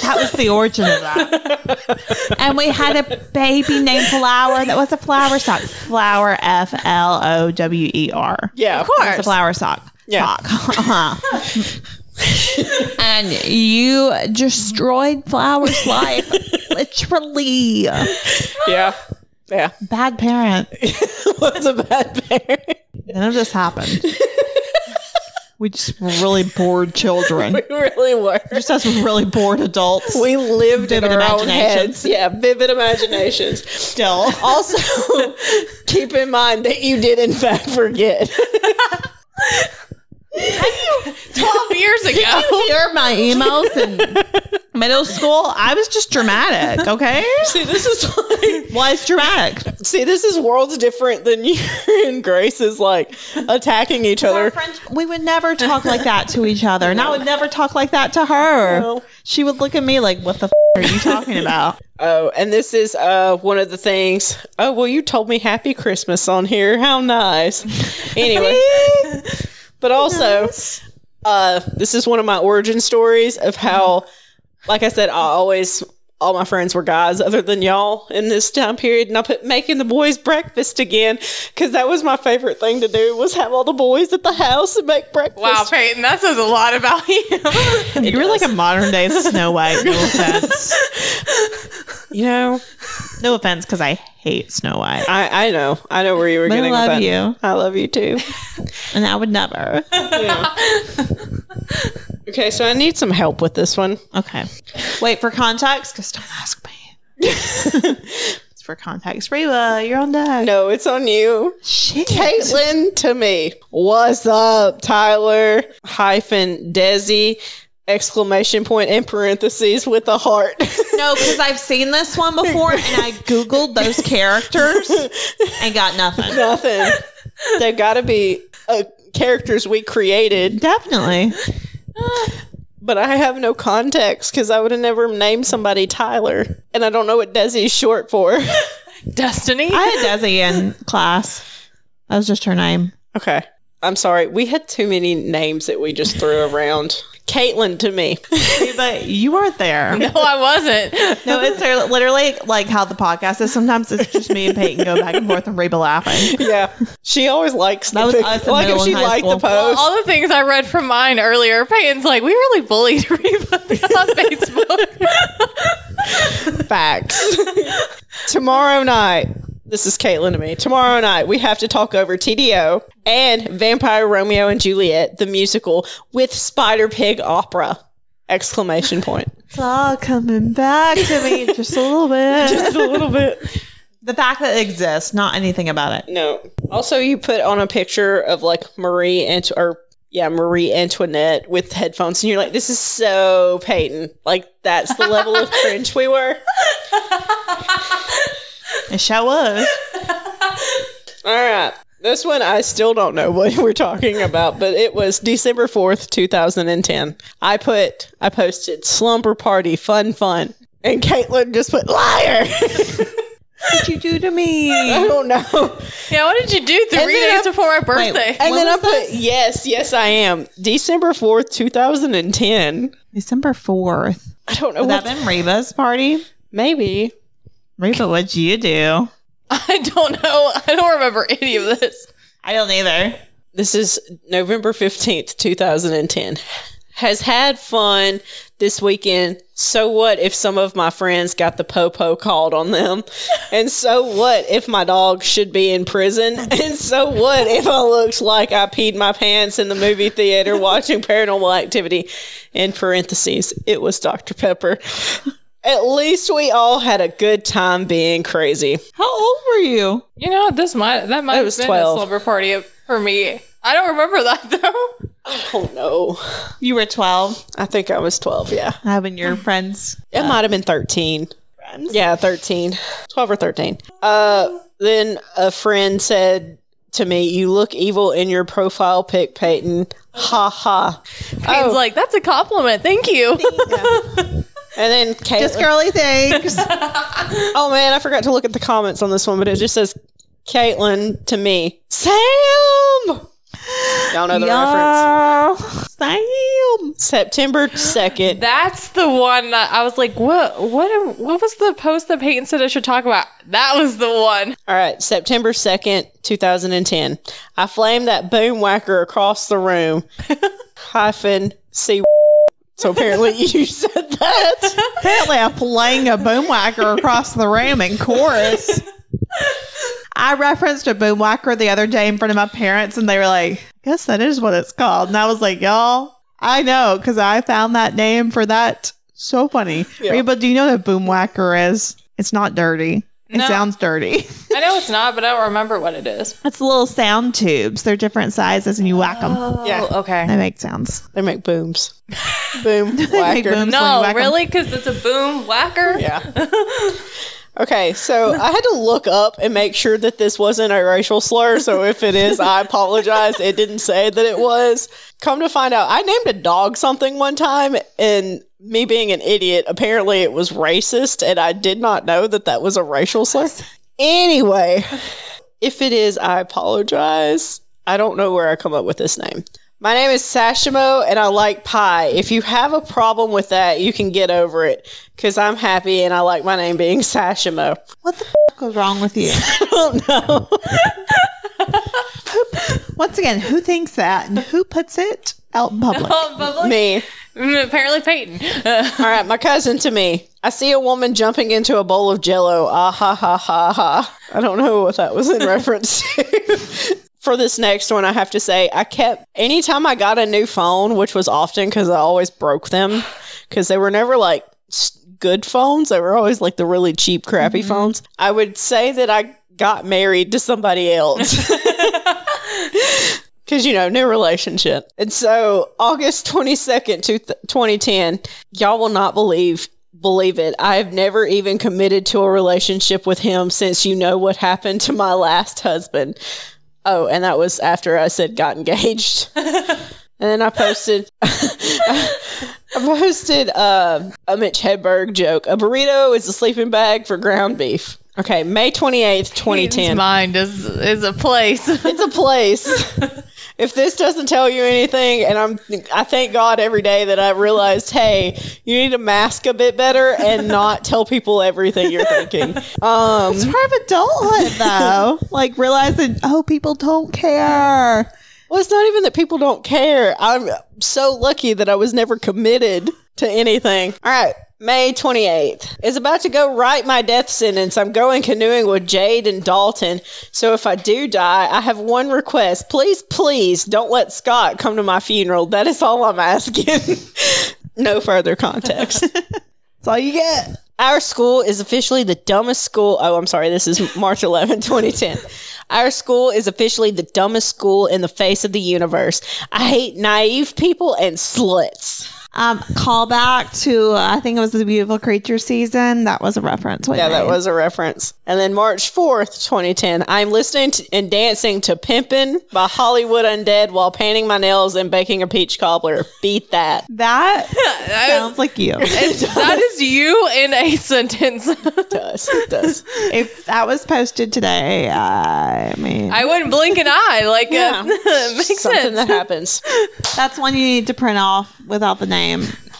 Speaker 1: That was the origin of that. And we had a baby named Flower that was a flower sock. Flower, F L O W E R.
Speaker 2: yeah, of
Speaker 1: It's a flower sock.
Speaker 2: Yeah.
Speaker 1: Sock. Uh-huh. and you destroyed Flower's life, literally.
Speaker 2: Yeah, yeah.
Speaker 1: Bad parent.
Speaker 2: it was a bad parent.
Speaker 1: None of this happened. We just were really bored children.
Speaker 2: We really were.
Speaker 1: Just us really bored adults.
Speaker 2: We lived in
Speaker 1: Vivid
Speaker 2: our own
Speaker 1: imaginations.
Speaker 2: heads. Yeah, vivid imaginations.
Speaker 1: still.
Speaker 2: Also, keep in mind that you did, in fact, forget.
Speaker 3: 12 years ago.
Speaker 1: Here are my emails in middle school. I was just dramatic, okay?
Speaker 2: See, this is like
Speaker 1: Why is dramatic?
Speaker 2: See, this is worlds different than you and Grace is like attacking each other.
Speaker 1: We would never talk like that to each other, and I would never talk like that to her.
Speaker 2: No.
Speaker 1: She would look at me like, "What the f- are you talking about?"
Speaker 2: Oh, and this is uh one of the things. Oh, well, you told me Happy Christmas on here. How nice. Anyway, but also, uh, this is one of my origin stories of how, like I said, I always all my friends were guys other than y'all in this time period, and I put making the boys breakfast again because that was my favorite thing to do was have all the boys at the house and make breakfast.
Speaker 3: Wow, Peyton, that says a lot about you.
Speaker 1: you were like a modern day Snow White. No offense,
Speaker 2: You know,
Speaker 1: no offense, because I hate Snow White,
Speaker 2: I, I know, I know where you were
Speaker 1: but I
Speaker 2: getting. with
Speaker 1: love
Speaker 2: that.
Speaker 1: you,
Speaker 2: I love you too.
Speaker 1: and I would never.
Speaker 2: Okay, so I need some help with this one.
Speaker 1: Okay, wait for context, because don't ask me. It's for context, Reba. You're on deck.
Speaker 2: no, it's on you.
Speaker 1: Shit.
Speaker 2: Caitlin to me. What's up, Tyler? Hyphen Desi. Exclamation point in parentheses with a heart.
Speaker 1: No, because I've seen this one before and I Googled those characters and got nothing.
Speaker 2: Nothing. They gotta be uh, characters we created,
Speaker 1: Definitely.
Speaker 2: but I have no context because I would have never named somebody Tyler, and I don't know what Desi is short for.
Speaker 3: Destiny?
Speaker 1: I had Desi in class. That was just her name.
Speaker 2: Okay. I'm sorry. We had too many names that we just threw around. Caitlin to me.
Speaker 1: But you weren't there.
Speaker 3: no, I wasn't.
Speaker 1: No, it's her- literally like how the podcast is. Sometimes it's just me and Peyton go back and forth and Reba laughing.
Speaker 2: yeah. She always likes the
Speaker 1: That was
Speaker 2: pic-
Speaker 1: us in
Speaker 2: like if
Speaker 1: middle
Speaker 2: she
Speaker 1: and high
Speaker 2: liked the
Speaker 1: school.
Speaker 2: post.
Speaker 3: All the things I read from mine earlier, Peyton's like, we really bullied Reba on Facebook.
Speaker 2: facts. Tomorrow night. This is Caitlin to me. Tomorrow night we have to talk over TDO and Vampire Romeo and Juliet the musical with Spider Pig opera. Exclamation point.
Speaker 1: It's all coming back to me just a little bit.
Speaker 2: Just a little bit.
Speaker 1: the fact that it exists, not anything about it.
Speaker 2: No. Also you put on a picture of like Marie and or yeah, Marie Antoinette with headphones and you're like, This is so Peyton. Like that's the level of cringe we were.
Speaker 1: It sure was.
Speaker 2: All right. This one, I still don't know what we're talking about, but it was December 4th, 2010. I put, I posted slumber party, fun, fun. And Caitlin just put liar.
Speaker 1: What'd you do to me?
Speaker 2: I don't know.
Speaker 3: yeah, what did you do three
Speaker 2: then
Speaker 3: days
Speaker 2: I-
Speaker 3: before my birthday?
Speaker 2: And
Speaker 1: When
Speaker 2: then I
Speaker 1: was
Speaker 2: put, yes, yes, I am. December 4th, 2010.
Speaker 1: December 4th.
Speaker 2: I don't know
Speaker 1: Would that
Speaker 2: what.
Speaker 1: have been Reba's party?
Speaker 2: Maybe.
Speaker 1: Reba, what'd you do?
Speaker 3: I don't know. I don't remember any of this.
Speaker 1: I don't either.
Speaker 2: This is November 15th, 2010. Has had fun this weekend. So what if some of my friends got the popo called on them? And so what if my dog should be in prison? And so what if I looked like I peed my pants in the movie theater watching paranormal activity? In parentheses, it was Dr. Pepper. At least we all had a good time being crazy.
Speaker 1: How old were you?
Speaker 3: You know, this might that might
Speaker 2: It
Speaker 3: have
Speaker 2: was
Speaker 3: been
Speaker 2: 12.
Speaker 3: a slumber party for me. I don't remember that though.
Speaker 2: Oh no.
Speaker 1: You were 12.
Speaker 2: I think I was 12, yeah.
Speaker 1: Having your friends.
Speaker 2: It might have been 13.
Speaker 1: Friends?
Speaker 2: Yeah, 13. 12 or 13. Uh, then a friend said to me, You look evil in your profile pic, Peyton. Ha ha. Oh.
Speaker 3: Peyton's like, that's a compliment. Thank you.
Speaker 2: And then Caitlin.
Speaker 1: Just girly things.
Speaker 2: Oh man, I forgot to look at the comments on this one, but it just says Caitlin to me. Sam. Y'all know the reference.
Speaker 1: Y'all. Damn.
Speaker 2: September second.
Speaker 3: That's the one that I was like, what? What? What was the post that Peyton said I should talk about? That was the one.
Speaker 2: All right, September second, two thousand and ten. I flamed that boom whacker across the room. hyphen C. So apparently you said that.
Speaker 1: Apparently, I'm playing a boomwhacker across the room in chorus. I referenced a boomwhacker the other day in front of my parents, and they were like, I guess that is what it's called. And I was like, y'all, I know, because I found that name for that. So funny.
Speaker 2: Yeah.
Speaker 1: Reba, do you know what a boomwhacker is? It's not dirty. It
Speaker 3: No.
Speaker 1: sounds dirty.
Speaker 3: I know it's not, but I don't remember what it is.
Speaker 1: It's little sound tubes. They're different sizes, and you whack them.
Speaker 2: Yeah.
Speaker 3: Oh, okay.
Speaker 1: They make sounds.
Speaker 2: They make booms. Boom
Speaker 1: make
Speaker 2: whacker.
Speaker 1: booms. when you
Speaker 3: No,
Speaker 1: whack 'em.
Speaker 3: really? Because it's a boom whacker?
Speaker 2: Yeah. Okay, so I had to look up and make sure that this wasn't a racial slur. So if it is, I apologize. It didn't say that it was. Come to find out, I named a dog something one time, and me being an idiot, apparently it was racist, and I did not know that that was a racial slur. Anyway, if it is, I apologize. I don't know where I come up with this name. My name is Sashimo, and I like pie. If you have a problem with that, you can get over it because I'm happy and I like my name being Sashimo.
Speaker 1: What the f was wrong with you?
Speaker 2: I don't know.
Speaker 1: Once again, who thinks that and who puts it out in public?
Speaker 3: Oh, bubbly?
Speaker 2: me.
Speaker 3: Mm, Apparently Peyton.
Speaker 2: All right, my cousin to me. I see a woman jumping into a bowl of jello. Ah ha ha ha ha. I don't know what that was in reference to. For this next one, I have to say, I kept, anytime I got a new phone, which was often because I always broke them, because they were never like s- good phones. They were always like the really cheap, crappy phones. I would say that I got married to somebody else. Because, you know, new relationship. And so, August 22nd, two th- 2010, y'all will not believe believe it i have never even committed to a relationship with him since you know what happened to my last husband oh and that was after i said got engaged and then i posted i posted uh, a mitch hedberg joke a burrito is a sleeping bag for ground beef okay may 28th 2010
Speaker 3: mind is is a place.
Speaker 2: it's a place. if this doesn't tell you anything, and I'm, I thank God every day that I realized, hey, you need to mask a bit better and not tell people everything you're thinking. Um,
Speaker 1: Part of adulthood, though. like realizing, oh, people don't care.
Speaker 2: well, it's not even that people don't care. I'm so lucky that I was never committed to anything. All right. May 28th. Is about to go write my death sentence. I'm going canoeing with Jade and Dalton. So if I do die, I have one request. Please, please don't let Scott come to my funeral. That is all I'm asking. no further context.
Speaker 1: That's all you get.
Speaker 2: Our school is officially the dumbest school. Oh, I'm sorry. This is March 11, 2010. Our school is officially the dumbest school in the face of the universe. I hate naive people and sluts.
Speaker 1: Um, call back to uh, I think it was the Beautiful Creature season. That was a reference. we
Speaker 2: Yeah, that
Speaker 1: made.
Speaker 2: was a reference. And then March 4th, 2010, I'm listening to, and dancing to Pimpin' by Hollywood Undead while painting my nails and baking a peach cobbler. Beat that.
Speaker 1: That
Speaker 3: that
Speaker 1: sounds like you.
Speaker 3: is you in a sentence.
Speaker 2: It does. It does.
Speaker 1: if that was posted today, I mean,
Speaker 3: I wouldn't blink an eye. Like
Speaker 2: Yeah.
Speaker 3: uh, it makes
Speaker 2: Something
Speaker 3: sense.
Speaker 2: that happens.
Speaker 1: that's one you need to print off without the name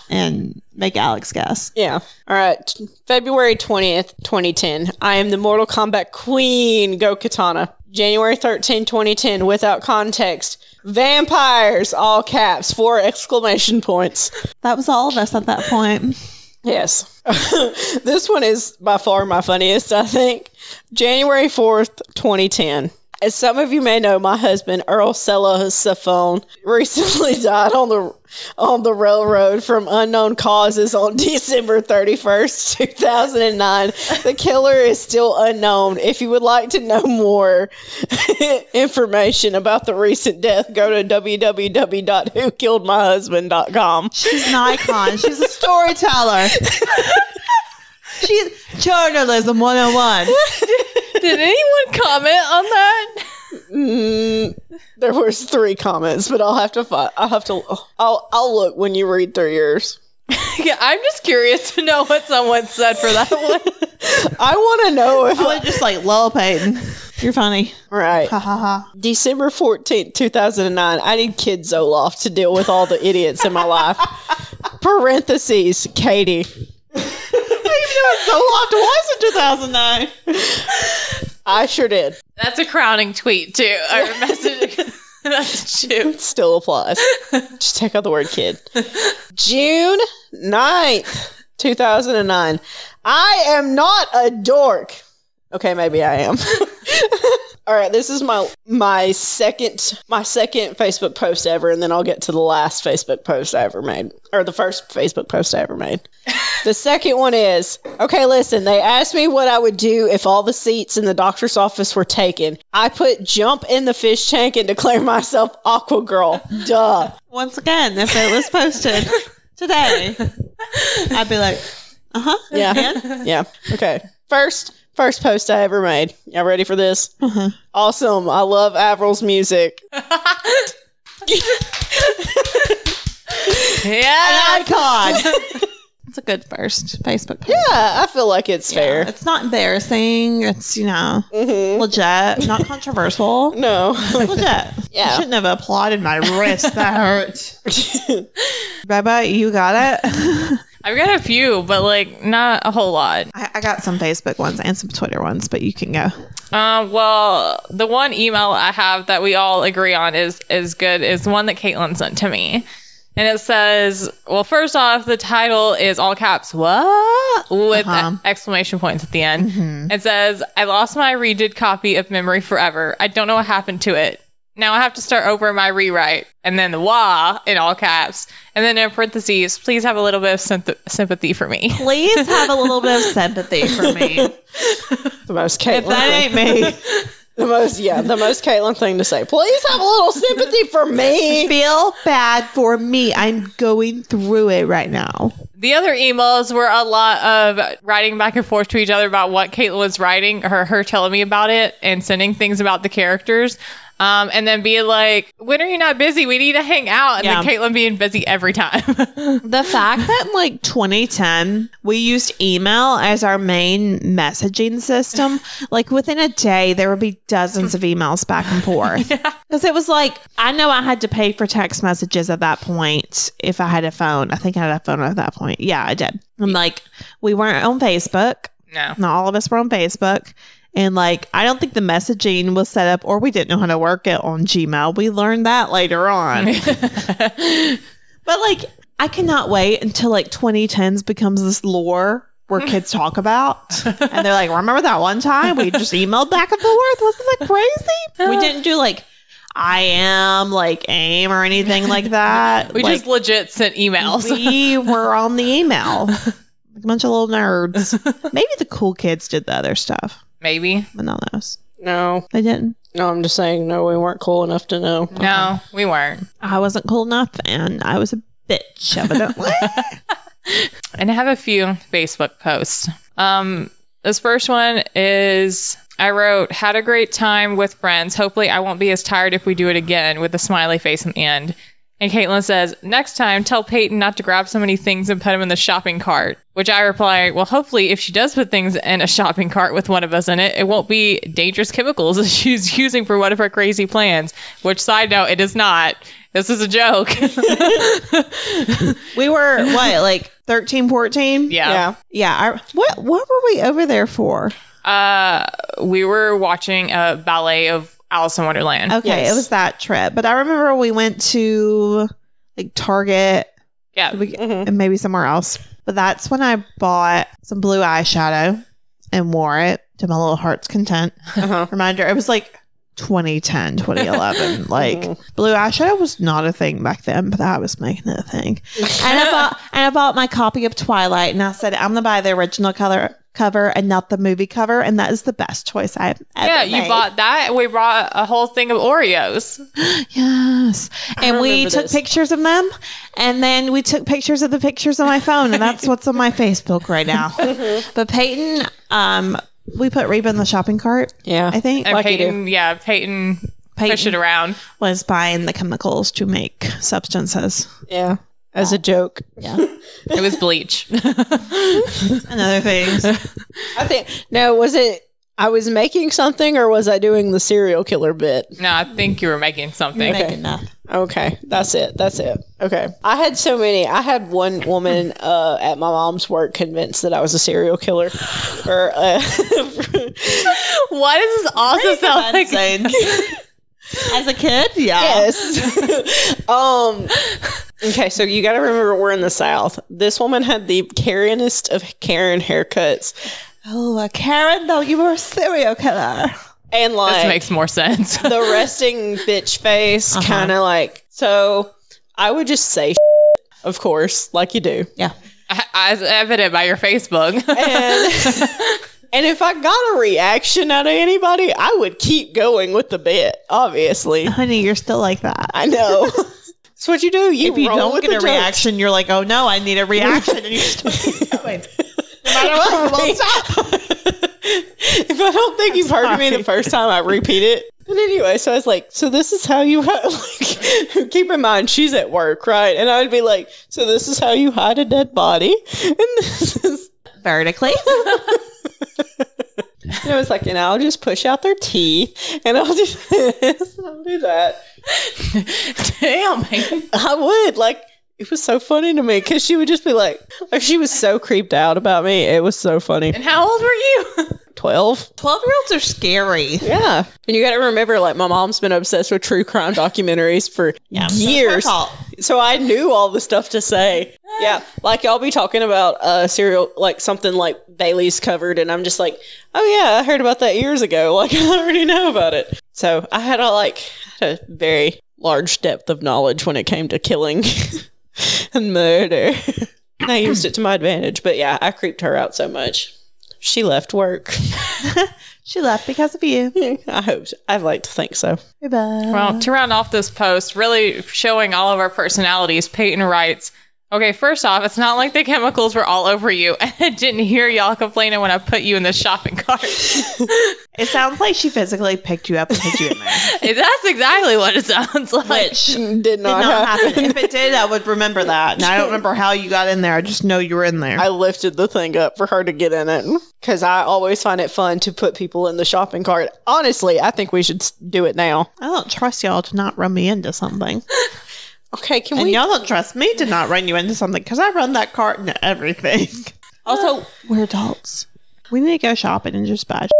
Speaker 1: and make Alex guess.
Speaker 2: Yeah. All right. T- February 20th, 2010. I am the Mortal Kombat Queen. Go Katana. January 13, 2010. Without context. Vampires. All caps. Four exclamation points.
Speaker 1: That was all of us at that point.
Speaker 2: Yes. this one is by far my funniest, I think. January 4th, 2010. As some of you may know, my husband Earl Sella Saffone recently died on the on the railroad from unknown causes on December 31st, 2009. The killer is still unknown. If you would like to know more information about the recent death, go to www.whokilledmyhusband.com.
Speaker 1: She's an icon. She's a storyteller. She's journalism 101.
Speaker 3: Did anyone comment on that?
Speaker 2: Mm, there was three comments, but I'll have to find. I'll have to. I'll I'll look when you read through yours.
Speaker 3: yeah, I'm just curious to know what someone said for that one.
Speaker 2: I want to know if.
Speaker 1: I would just like, lol, Peyton, you're funny.
Speaker 2: right.
Speaker 1: Ha ha ha.
Speaker 2: December 14th, 2009. I need kids Olaf to deal with all the idiots in my life. Parentheses, Katie.
Speaker 1: Zoloft was in 2009.
Speaker 2: I sure did.
Speaker 3: That's a crowning tweet too. Or message. That's true.
Speaker 2: It still applies. Just take out the word kid. June 9th, 2009. I am not a dork. Okay, maybe I am. All right, this is my my second my second Facebook post ever and then I'll get to the last Facebook post I ever made or the first Facebook post I ever made. The second one is okay, listen, they asked me what I would do if all the seats in the doctor's office were taken. I put jump in the fish tank and declare myself Aqua Girl. Duh.
Speaker 1: Once again, if it was posted today, I'd be like, uh huh.
Speaker 2: Yeah. Yeah. Okay. First, first post I ever made. Y'all ready for this?
Speaker 1: Uh-huh.
Speaker 2: Awesome. I love Avril's music.
Speaker 3: yeah.
Speaker 1: Icon. It's a good first Facebook post.
Speaker 2: Yeah, I feel like it's fair.
Speaker 1: It's not embarrassing. It's, you know,
Speaker 2: hmm
Speaker 1: legit, not controversial.
Speaker 2: No.
Speaker 1: legit. I
Speaker 2: Yeah.
Speaker 1: shouldn't have applauded my wrist. That hurt. Beba, you got it?
Speaker 3: I've got a few, but like not a whole lot.
Speaker 1: I, I got some Facebook ones and some Twitter ones, but you can go.
Speaker 3: Um, well, the one email I have that we all agree on is is good is one that Caitlin sent to me. And it says, well, first off, the title is all caps, what? With
Speaker 1: Uh-huh.
Speaker 3: exclamation points at the end. It says, I lost my redid copy of Memory Forever. I don't know what happened to it. Now I have to start over my rewrite. And then the wah in all caps. And then in parentheses, please have a little bit of synth- sympathy for me.
Speaker 1: Please have a little bit of sympathy for me. If
Speaker 2: the most Caitlin.
Speaker 1: that
Speaker 2: thing-
Speaker 1: ain't me,
Speaker 2: the most yeah, the most Caitlin thing to say. Please have a little sympathy for me.
Speaker 1: feel bad for me. I'm going through it right now.
Speaker 3: The other emails were a lot of writing back and forth to each other about what Caitlin was writing, her her telling me about it, and sending things about the characters. Um, and then being like, "When are you not busy? We need to hang out." And
Speaker 1: Yeah.
Speaker 3: then Caitlin being busy every time.
Speaker 1: The fact that in like 2010 we used email as our main messaging system, like within a day there would be dozens of emails back and forth. Because it was like I know I had to pay for text messages at that point if I had a phone. I think I had a phone at that point. Yeah, I did. And like we weren't on Facebook.
Speaker 3: no,
Speaker 1: Not all of us were on Facebook. And like I don't think the messaging was set up or we didn't know how to work it on Gmail. We learned that later on. But like, I cannot wait until like 2010s becomes this lore where kids talk about, and they're like, "Remember that one time we just emailed back and forth? Wasn't that crazy?
Speaker 3: Uh.
Speaker 1: We didn't do like." I am like aim or anything like that.
Speaker 3: we
Speaker 1: Like,
Speaker 3: just legit sent emails.
Speaker 1: we were on the email. A bunch of little nerds. Maybe the cool kids did the other stuff,
Speaker 3: Maybe
Speaker 1: but not us.
Speaker 2: No.
Speaker 1: They didn't.
Speaker 2: No, I'm just saying no, we weren't cool enough to know.
Speaker 3: no, we weren't.
Speaker 1: I wasn't cool enough, and I was a bitch, evidently.
Speaker 3: and I have a few Facebook posts. Um, this first one is I wrote, "Had a great time with friends. Hopefully, I won't be as tired if we do it again." With a smiley face in the end. And Caitlin says, "Next time, tell Peyton not to grab so many things and put them in the shopping cart." Which I reply, "Well, hopefully, if she does put things in a shopping cart with one of us in it, it won't be dangerous chemicals that she's using for one of her crazy plans." Which side note, it is not. This is a joke.
Speaker 1: we were, what, like 13, 14?
Speaker 3: yeah.
Speaker 1: Yeah. I, what what were we over there for?
Speaker 3: Uh, we were watching a ballet of Alice in Wonderland.
Speaker 1: Okay, it
Speaker 2: Yes.
Speaker 1: was that trip. But I remember we went to like Target
Speaker 3: Yeah.
Speaker 1: we-
Speaker 2: Mhm.
Speaker 1: and maybe somewhere else. But that's when I bought some blue eyeshadow and wore it to my little heart's content.
Speaker 2: Uh-huh.
Speaker 1: Reminder, it was like 2010, 2011. like
Speaker 2: Mhm.
Speaker 1: blue eyeshadow was not a thing back then, but I was making it a thing. and I bought and I bought my copy of Twilight, and I said I'm gonna buy the original color cover and not the movie cover, and that is the best choice I've ever
Speaker 3: Yeah, you
Speaker 1: made.
Speaker 3: bought that. We bought a whole thing of Oreos.
Speaker 1: Yes. And we
Speaker 2: remember
Speaker 1: took
Speaker 2: this.
Speaker 1: pictures of them and then we took pictures of the pictures on my phone and that's what's on my Facebook right now. but Peyton, um, we put Reba in the shopping cart,
Speaker 2: Yeah.
Speaker 1: I think.
Speaker 3: And
Speaker 2: Like you do.
Speaker 3: Peyton, yeah, Peyton, pushed
Speaker 1: Peyton
Speaker 3: it around.
Speaker 1: was buying the chemicals to make substances.
Speaker 2: Yeah. as a joke.
Speaker 3: Yeah. it was bleach.
Speaker 1: and other things.
Speaker 2: I think no, was it? I was making something, or was I doing the serial killer bit?
Speaker 3: No, I think you were making something.
Speaker 1: Make enough.
Speaker 2: Okay, that's it. That's it. Okay. I had so many. I had one woman uh, at my mom's work convinced that I was a serial killer. Or uh,
Speaker 3: Why does this also sound like
Speaker 1: As a kid, yeah.
Speaker 2: yes. um okay, so you got to remember we're in the south. This woman had the Karenest of Karen haircuts
Speaker 1: Oh, uh, Karen, though you were a serial killer.
Speaker 2: and
Speaker 3: this
Speaker 2: like
Speaker 3: makes more sense?
Speaker 2: the resting bitch face
Speaker 1: Uh-huh.
Speaker 2: kind of like so I would just say of course, like you do.
Speaker 3: As evident by your Facebook.
Speaker 2: And- And if I got a reaction out of anybody, I would keep going with the bit, obviously.
Speaker 1: Honey, you're still like that.
Speaker 2: I know. That's what you do. You,
Speaker 1: if you
Speaker 2: roll
Speaker 1: don't
Speaker 2: with
Speaker 1: get a
Speaker 2: the jokes.
Speaker 1: reaction, you're like, oh no, I need a reaction, and you still keep going. No matter what, we won't stop.
Speaker 2: if I don't think you've heard of me
Speaker 1: sorry.
Speaker 2: the first time, I repeat it. But anyway, so I was like, so this is how you hide. Like, keep in mind, she's at work, right? And I would be like, so this is how you hide a dead body. And this is,
Speaker 1: Vertically.
Speaker 2: and I was like, and I'll just push out their teeth, and I'll do this, and I'll do that.
Speaker 3: Damn, man.
Speaker 2: I would like. It was so funny to me because she would just be like, like she was so creeped out about me. It was so funny.
Speaker 3: And how old were you?
Speaker 2: Twelve.
Speaker 1: 12 year olds are scary.
Speaker 2: Yeah. And you got to remember, like, my mom's been obsessed with true crime documentaries for
Speaker 1: Yeah, so it's her
Speaker 2: years.
Speaker 1: fault.
Speaker 2: So I knew all the stuff to say. Yeah. Like, y'all be talking about uh, serial, like, something like Bailey's covered, and I'm just like, oh, yeah, I heard about that years ago. Like, I already know about it. So I had a, like, had a very large depth of knowledge when it came to killing and murder. and I used it to my advantage. But yeah, I creeped her out so much. She left work.
Speaker 1: She left because of you.
Speaker 2: I hope. So. I'd like to think so.
Speaker 1: Goodbye.
Speaker 3: Well, to round off this post, really showing all of our personalities, Peyton writes, Okay, first off, it's not like the chemicals were all over you, and I didn't hear y'all complaining when I put you in the shopping cart.
Speaker 1: It sounds like she physically picked you up and put you in there.
Speaker 3: That's exactly what it sounds like.
Speaker 1: Which did
Speaker 2: Did not,
Speaker 1: not
Speaker 2: happen.
Speaker 1: happen. If it did, I would remember that. And I don't remember how you got in there. I just know you were in there.
Speaker 2: I lifted the thing up for her to get in it because I always find it fun to put people in the shopping cart. Honestly, I think we should s- do it now.
Speaker 1: I don't trust y'all to not run me into something.
Speaker 2: Okay, can
Speaker 1: And
Speaker 2: we?
Speaker 1: y'all don't trust me to not run you into something because I run that cart into everything.
Speaker 2: Also,
Speaker 1: We're adults. We need to go shopping and just buy. Shit.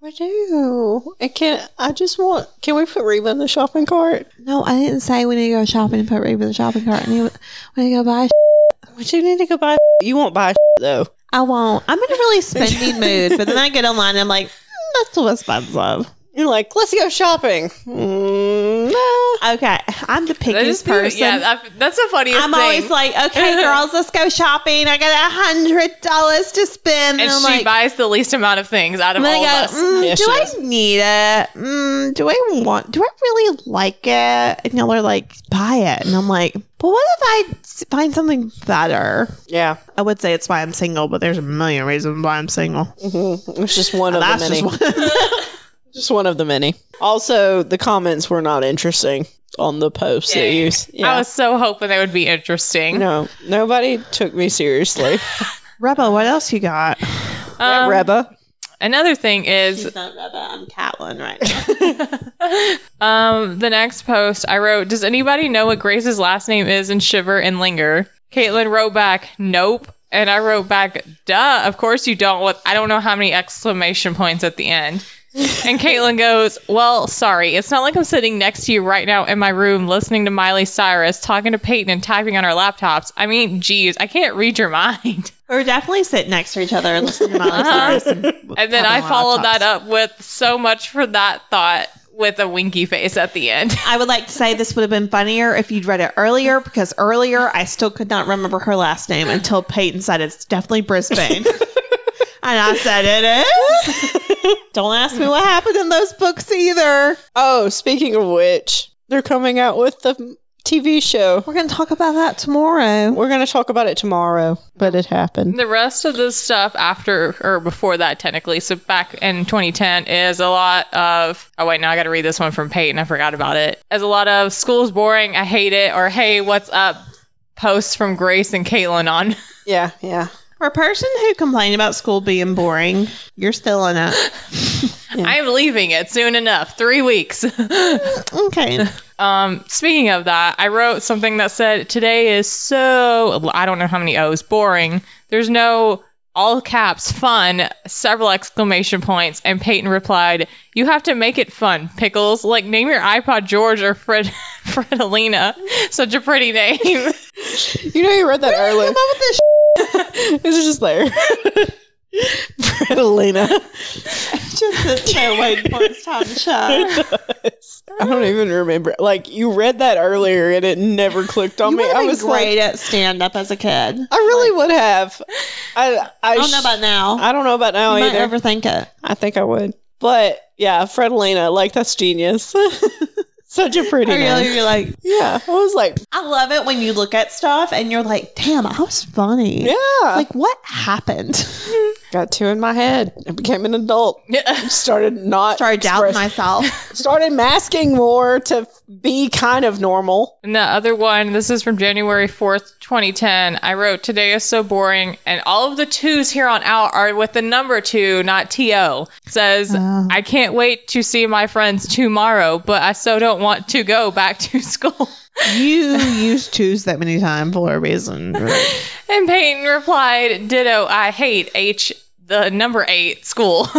Speaker 2: we do. And can I just want? Can we put Reba in the shopping cart?
Speaker 1: No, I didn't say we need to go shopping and put Reeve in the shopping cart. I need, we need to go buy. Shit.
Speaker 2: We do need to go buy. You won't buy though.
Speaker 1: I won't. I'm in a really spendy mood, but then I get online and I'm like, mm, that's too expensive.
Speaker 2: You're like, let's go shopping. Mm, nah.
Speaker 1: Okay, I'm the
Speaker 3: That is
Speaker 1: pickiest
Speaker 3: the-
Speaker 1: person.
Speaker 3: Yeah, I- that's the funniest
Speaker 1: I'm
Speaker 3: thing.
Speaker 1: always like, okay, girls, let's go shopping. I got a hundred dollars to spend. And,
Speaker 3: and
Speaker 1: I'm
Speaker 3: she
Speaker 1: like,
Speaker 3: buys the least amount of things out of
Speaker 1: and I
Speaker 3: all of
Speaker 1: go,
Speaker 3: us.
Speaker 1: mm,
Speaker 2: Yes,
Speaker 1: do
Speaker 2: she
Speaker 1: I
Speaker 2: does.
Speaker 1: need it? Mm, do I want? Do I really like it? And y'all are like, buy it. And I'm like, but what if I s- find something better?
Speaker 2: Yeah,
Speaker 1: I would say it's why I'm single, but there's a million reasons why I'm single.
Speaker 2: Mhm. it's just one of
Speaker 1: That's
Speaker 2: the many.
Speaker 1: just one.
Speaker 2: Just one of the many. Also, the comments were not interesting on the post that you. Yeah.
Speaker 3: I was so hoping they would be interesting.
Speaker 2: no, nobody took me seriously.
Speaker 1: Rebel, what else you got?
Speaker 3: Um,
Speaker 2: Reba.
Speaker 3: another thing is
Speaker 1: not Rebel. I'm Catlin right now.
Speaker 3: Um, the next post I wrote, Does anybody know what Grace's last name is in Shiver and Linger? Caitlin wrote back, Nope. And I wrote back, Duh, of course you don't. What I don't know how many exclamation points at the end. And Caitlin goes, Well, sorry. It's not like I'm sitting next to you right now in my room listening to Miley Cyrus, talking to Peyton, and typing on our laptops. I mean, geez, I can't read your mind.
Speaker 1: We're definitely sitting next to each other and listening to Miley
Speaker 3: Uh-huh.
Speaker 1: Cyrus. And,
Speaker 3: And then I followed that up with, So much for that thought with a winky face at the end.
Speaker 1: I would like to say this would have been funnier if you'd read it earlier because earlier I still could not remember her last name until Peyton said it's definitely Brisbane. and I said it is. Don't ask me what happened in those books either.
Speaker 2: Oh, speaking of which, they're coming out with the TV show.
Speaker 1: We're going to talk about that tomorrow.
Speaker 2: We're going to talk about it tomorrow, but it happened.
Speaker 3: The rest of the stuff after or before that, technically, so back in 2010, is a lot of. Oh, wait, now I got to read this one from Peyton. I forgot about it. As a lot of school's boring, I hate it, or hey, what's up? posts from Grace and Caitlin on.
Speaker 2: Yeah, yeah.
Speaker 1: For a person who complained about school being boring, you're still in it.
Speaker 2: Yeah.
Speaker 3: I'm leaving it soon enough. Three weeks.
Speaker 1: Okay.
Speaker 3: Um, speaking of that, I wrote something that said today is so I don't know how many O's boring. There's no all caps fun, several exclamation points, and Peyton replied, "You have to make it fun, pickles. Like name your iPod George or Fred Fredalina. Such a pretty name.
Speaker 2: You know, you read that
Speaker 1: Come
Speaker 2: earlier.
Speaker 1: up with this
Speaker 2: This is just there. Britalina.
Speaker 1: shit just sits there waiting for its time to shine.
Speaker 2: I don't even remember. Like you read that earlier and it never clicked on
Speaker 1: You
Speaker 2: me.
Speaker 1: would have
Speaker 2: I
Speaker 1: been
Speaker 2: was
Speaker 1: great
Speaker 2: like,
Speaker 1: at stand up as a kid.
Speaker 2: I really would have. I I,
Speaker 1: I don't know
Speaker 2: sh-
Speaker 1: about now.
Speaker 2: I don't know about now
Speaker 1: you might
Speaker 2: either.
Speaker 1: overthink it.
Speaker 2: I think I would. But yeah, Fredalina, like that's genius. Such a pretty
Speaker 1: I really,
Speaker 2: name.
Speaker 1: you're like,
Speaker 2: Yeah, I was like,
Speaker 1: I love it when you look at stuff and you're like, damn, I was funny.
Speaker 2: yeah. Like,
Speaker 1: Like, what happened?
Speaker 2: got two in my head. I became an adult. Started not
Speaker 1: Started doubting
Speaker 2: express-
Speaker 1: myself.
Speaker 2: started masking more to be kind of normal.
Speaker 3: And the other one, this is from January 4th, 2010. I wrote, Today is so boring, and all of the twos here on out are with the number two, not TO. Says,
Speaker 1: Oh.
Speaker 3: I can't wait to see my friends tomorrow, but I so don't want to go back to school.
Speaker 1: you used twos that many times for a reason.
Speaker 3: And Peyton replied, Ditto, I hate H, the number eight school.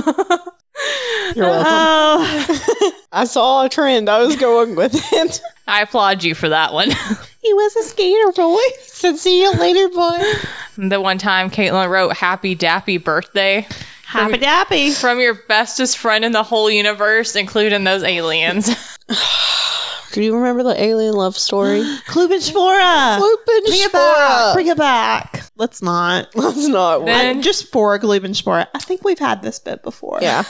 Speaker 2: You're welcome.
Speaker 1: Oh,
Speaker 2: I saw a trend. I was going with it.
Speaker 3: I applaud you for that one.
Speaker 1: he was a skater boy.
Speaker 2: Said, see you later, boy.
Speaker 3: the one time Caitlin wrote, Happy Dappy Birthday.
Speaker 1: Happy dappy.
Speaker 3: From your bestest friend in the whole universe, including those aliens.
Speaker 2: Do you remember the alien love story?
Speaker 1: Klubin Spora.
Speaker 2: Lupin
Speaker 1: Bring it back. Bring it back. Let's not.
Speaker 2: That's not
Speaker 3: Then-
Speaker 2: one.
Speaker 1: I, just for Glubin Spora. I think we've had this bit before.
Speaker 2: Yeah.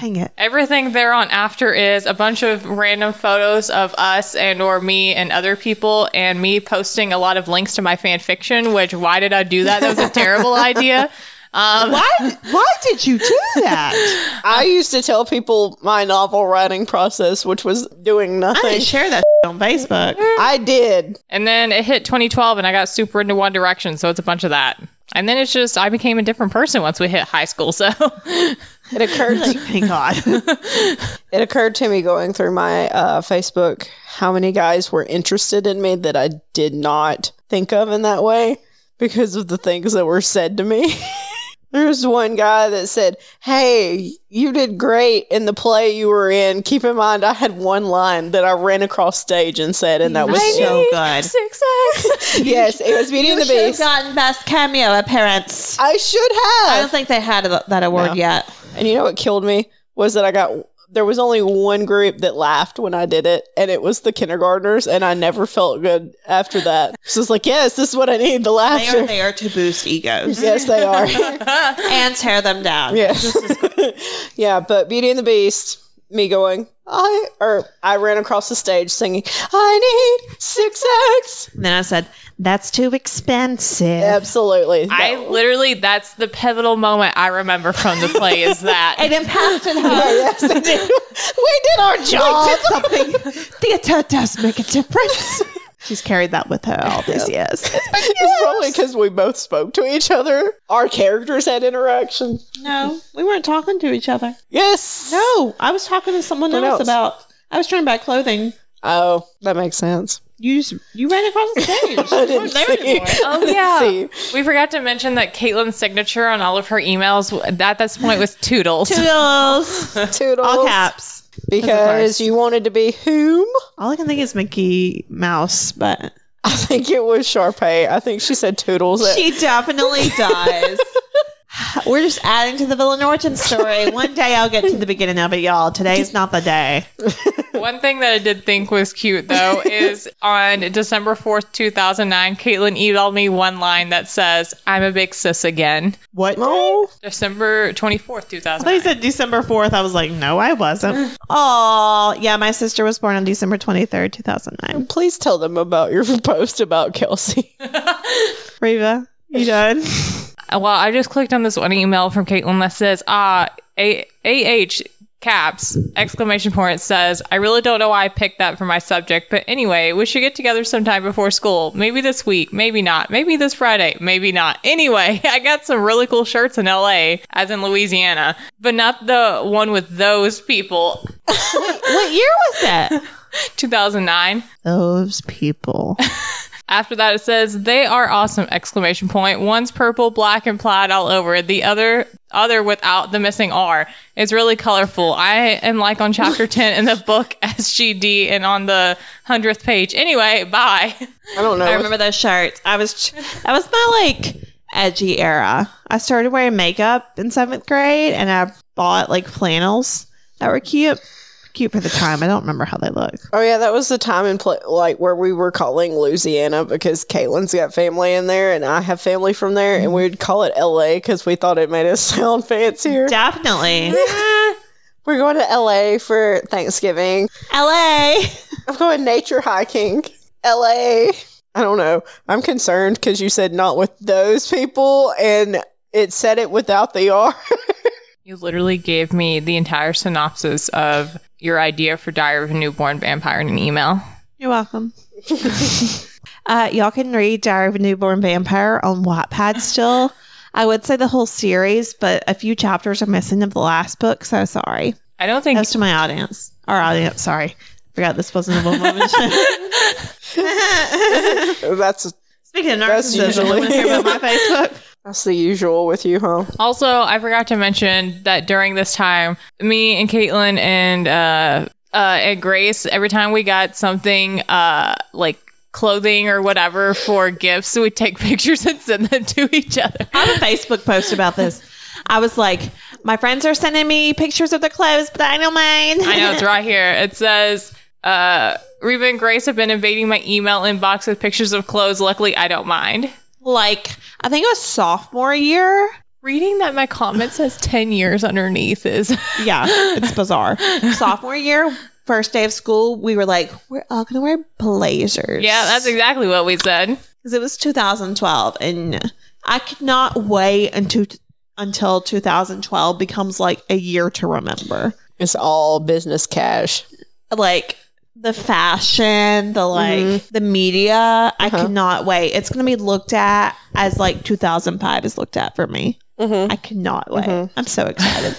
Speaker 1: Dang it.
Speaker 3: Everything they're on after is a bunch of random photos of us and or me and other people and me posting a lot of links to my fan fiction, which why did I do that? That was a terrible idea. Um,
Speaker 1: Why, why did you do that?
Speaker 2: I used to tell people my novel writing process, which was doing
Speaker 1: I
Speaker 2: nothing.
Speaker 1: didn't share that on Facebook.
Speaker 2: I did.
Speaker 3: And then it hit 2012 and I got super into One Direction, so it's a bunch of that. And then it's just I became a different person once we hit high school, so
Speaker 2: It occurred.
Speaker 1: Like, thank God.
Speaker 2: it occurred to me going through my uh, Facebook how many guys were interested in me that I did not think of in that way because of the things that were said to me. there was one guy that said, "Hey, you did great in the play you were in. Keep in mind, I had one line that I ran across stage and said, and that was
Speaker 1: I so
Speaker 2: so."
Speaker 1: good.
Speaker 3: success.
Speaker 2: Yes, it was Beauty and the Beast.
Speaker 1: gotten best cameo appearance.
Speaker 2: I should
Speaker 1: I
Speaker 2: have.
Speaker 1: don't think they had a- that award
Speaker 2: No.
Speaker 1: yet.
Speaker 2: And you know what killed me was that I got there was only one group that laughed when I did it, and it was the kindergartners, and I never felt good after that. So it's like, yes, this is what I need the
Speaker 1: They are
Speaker 2: laughter.
Speaker 1: there to boost egos
Speaker 2: yes, they are.
Speaker 1: and tear them down.
Speaker 2: yes, yeah. But Beauty and the Beast, me going, I or I ran across the stage singing, I need success.
Speaker 1: And then I said, "That's too expensive."
Speaker 2: Absolutely.
Speaker 3: I
Speaker 2: That-
Speaker 3: literally that's the pivotal moment I remember from the play is that
Speaker 1: It impacted
Speaker 2: Yeah,
Speaker 1: her.
Speaker 2: yes, they did. we did our job.
Speaker 1: Job, something. Theater does make a difference. She's carried that with her all these years.
Speaker 2: It's probably because we both spoke to each other. Our characters had interaction.
Speaker 1: No, we weren't talking to each other.
Speaker 2: Yes.
Speaker 1: No, I was talking to someone
Speaker 2: What
Speaker 1: else,
Speaker 2: else?
Speaker 1: about. I was trying to buy clothing.
Speaker 2: Oh, that makes sense.
Speaker 1: You just, you ran across the stage.
Speaker 2: I
Speaker 1: You
Speaker 2: didn't
Speaker 1: weren't there
Speaker 2: see.
Speaker 1: anymore.
Speaker 3: Oh,
Speaker 2: I didn't
Speaker 3: yeah.
Speaker 2: see.
Speaker 3: We forgot to mention that Caitlin's signature on all of her emails w- at this point was Toodles.
Speaker 1: Toodles.
Speaker 2: Toodles.
Speaker 1: All caps.
Speaker 2: Because you wanted to be whom?
Speaker 1: All I can think is Mickey Mouse, but
Speaker 2: I think it was Sharpay. I think she said Toodles.
Speaker 1: she definitely does. We're just adding to the Villa Norton story. One day I'll get to the beginning of it, y'all. Today's not the day.
Speaker 3: One thing that I did think was cute though is on December 4th, 2009, Caitlin emailed me one line that says, "I'm a big sis again."
Speaker 1: What?
Speaker 2: No.
Speaker 3: December 24th,
Speaker 1: I thought you
Speaker 3: 2009.
Speaker 1: said December 4th. I was like, no, I wasn't. Oh, yeah, my sister was born on December 23rd, 2009.
Speaker 2: Please tell them about your post about Kelsey.
Speaker 1: Reva, you done?
Speaker 3: Well, I just clicked on this one email from Caitlin that says, "Ah, A- AH caps, exclamation point says, I really don't know why I picked that for my subject, but anyway, we should get together sometime before school. Maybe this week, maybe not, maybe this Friday, maybe not. Anyway, I got some really cool shirts in LA, as in Louisiana, but not the one with those people.
Speaker 1: What year was that?
Speaker 3: 2009.
Speaker 1: Those people.
Speaker 3: After that, it says they are awesome! Exclamation point. One's purple, black, and plaid all over. The other, other without the missing R. It's really colorful. I am like on chapter ten in the book SGD and on the hundredth page. Anyway, bye.
Speaker 2: I don't know.
Speaker 1: I remember those shirts. I was that was my like edgy era. I started wearing makeup in seventh grade, and I bought like flannels that were cute, cute for the time. I don't remember how they look.
Speaker 2: Oh yeah, that was the time and pla like where we were calling Louisiana because Caitlin's got family in there and I have family from there, and we would call it L.A. because we thought it made us sound fancier.
Speaker 1: Definitely,
Speaker 2: We're going to L.A. for Thanksgiving.
Speaker 1: L.A.
Speaker 2: I'm going nature hiking. L.A. I don't know. I'm concerned because you said not with those people, and it said it without the R.
Speaker 3: You literally gave me the entire synopsis of your idea for Diary of a Newborn Vampire in an email.
Speaker 1: You're welcome. uh, y'all can read Diary of a Newborn Vampire on Wattpad still. I would say the whole series, but a few chapters are missing of the last book, so sorry.
Speaker 3: I don't think
Speaker 1: That was to my audience. Our audience, sorry. Forgot this wasn't a woman.
Speaker 2: that's
Speaker 1: Speaking of
Speaker 2: That's
Speaker 1: narcissism,
Speaker 2: usually-
Speaker 1: you wanna hear about my Facebook?
Speaker 2: that's the usual with you, huh?
Speaker 3: Also, I forgot to mention that during this time, me and Caitlin and uh, uh, and Grace, every time we got something uh, like clothing or whatever for gifts, we'd take pictures and send them to each other.
Speaker 1: I have a Facebook post about this. I was like, my friends are sending me pictures of their clothes, but I don't mind.
Speaker 3: I know it's right here. It says, uh, "Reba and Grace have been invading my email inbox with pictures of clothes. Luckily, I don't mind."
Speaker 1: Like, I think it was sophomore year.
Speaker 3: Reading that my comment says ten years underneath is
Speaker 1: Yeah, it's bizarre. Sophomore year, first day of school, we were like, we're all gonna wear blazers.
Speaker 3: yeah, that's exactly what we said.
Speaker 1: because it was 2012, and I could not wait until until 2012 becomes like a year to remember.
Speaker 2: It's all business cash.
Speaker 1: Like the fashion, the like the media, I
Speaker 2: Mm-hmm. Uh-huh.
Speaker 1: cannot wait. It's gonna be looked at as like 2005 is looked at for me.
Speaker 2: Mm-hmm.
Speaker 1: I cannot wait.
Speaker 2: Mhm.
Speaker 1: I'm so excited.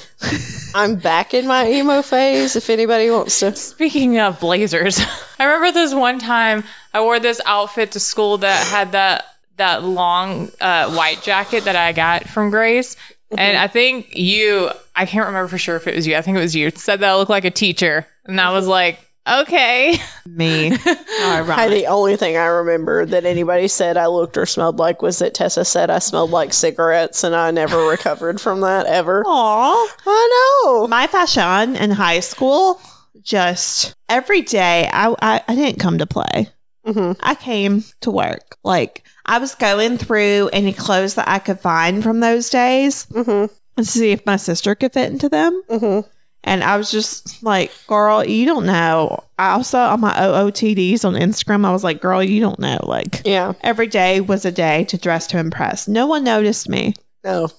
Speaker 2: I'm back in my emo phase. If anybody wants to.
Speaker 3: Speaking of blazers, I remember this one time I wore this outfit to school that had that that long uh, white jacket that I got from Grace, and I think you, I can't remember for sure if it was you. I think it was you said that I looked like a teacher, and I was like, okay.
Speaker 1: me, all
Speaker 2: I,
Speaker 1: right.
Speaker 2: the only thing I remember that anybody said I looked or smelled like was that Tessa said I smelled like cigarettes, and I never recovered from that ever.
Speaker 1: Aw.
Speaker 2: I know.
Speaker 1: my fashion in high school just every day I, I i didn't come to play
Speaker 2: Mhm.
Speaker 1: i came to work like i was going through any clothes that i could find from those days
Speaker 2: Mhm.
Speaker 1: to see if my sister could fit into them
Speaker 2: Mhm.
Speaker 1: and i was just like girl you don't know i also on my ootds on instagram i was like girl you don't know like
Speaker 2: Yeah.
Speaker 1: every day was a day to dress to impress no one noticed me
Speaker 2: No.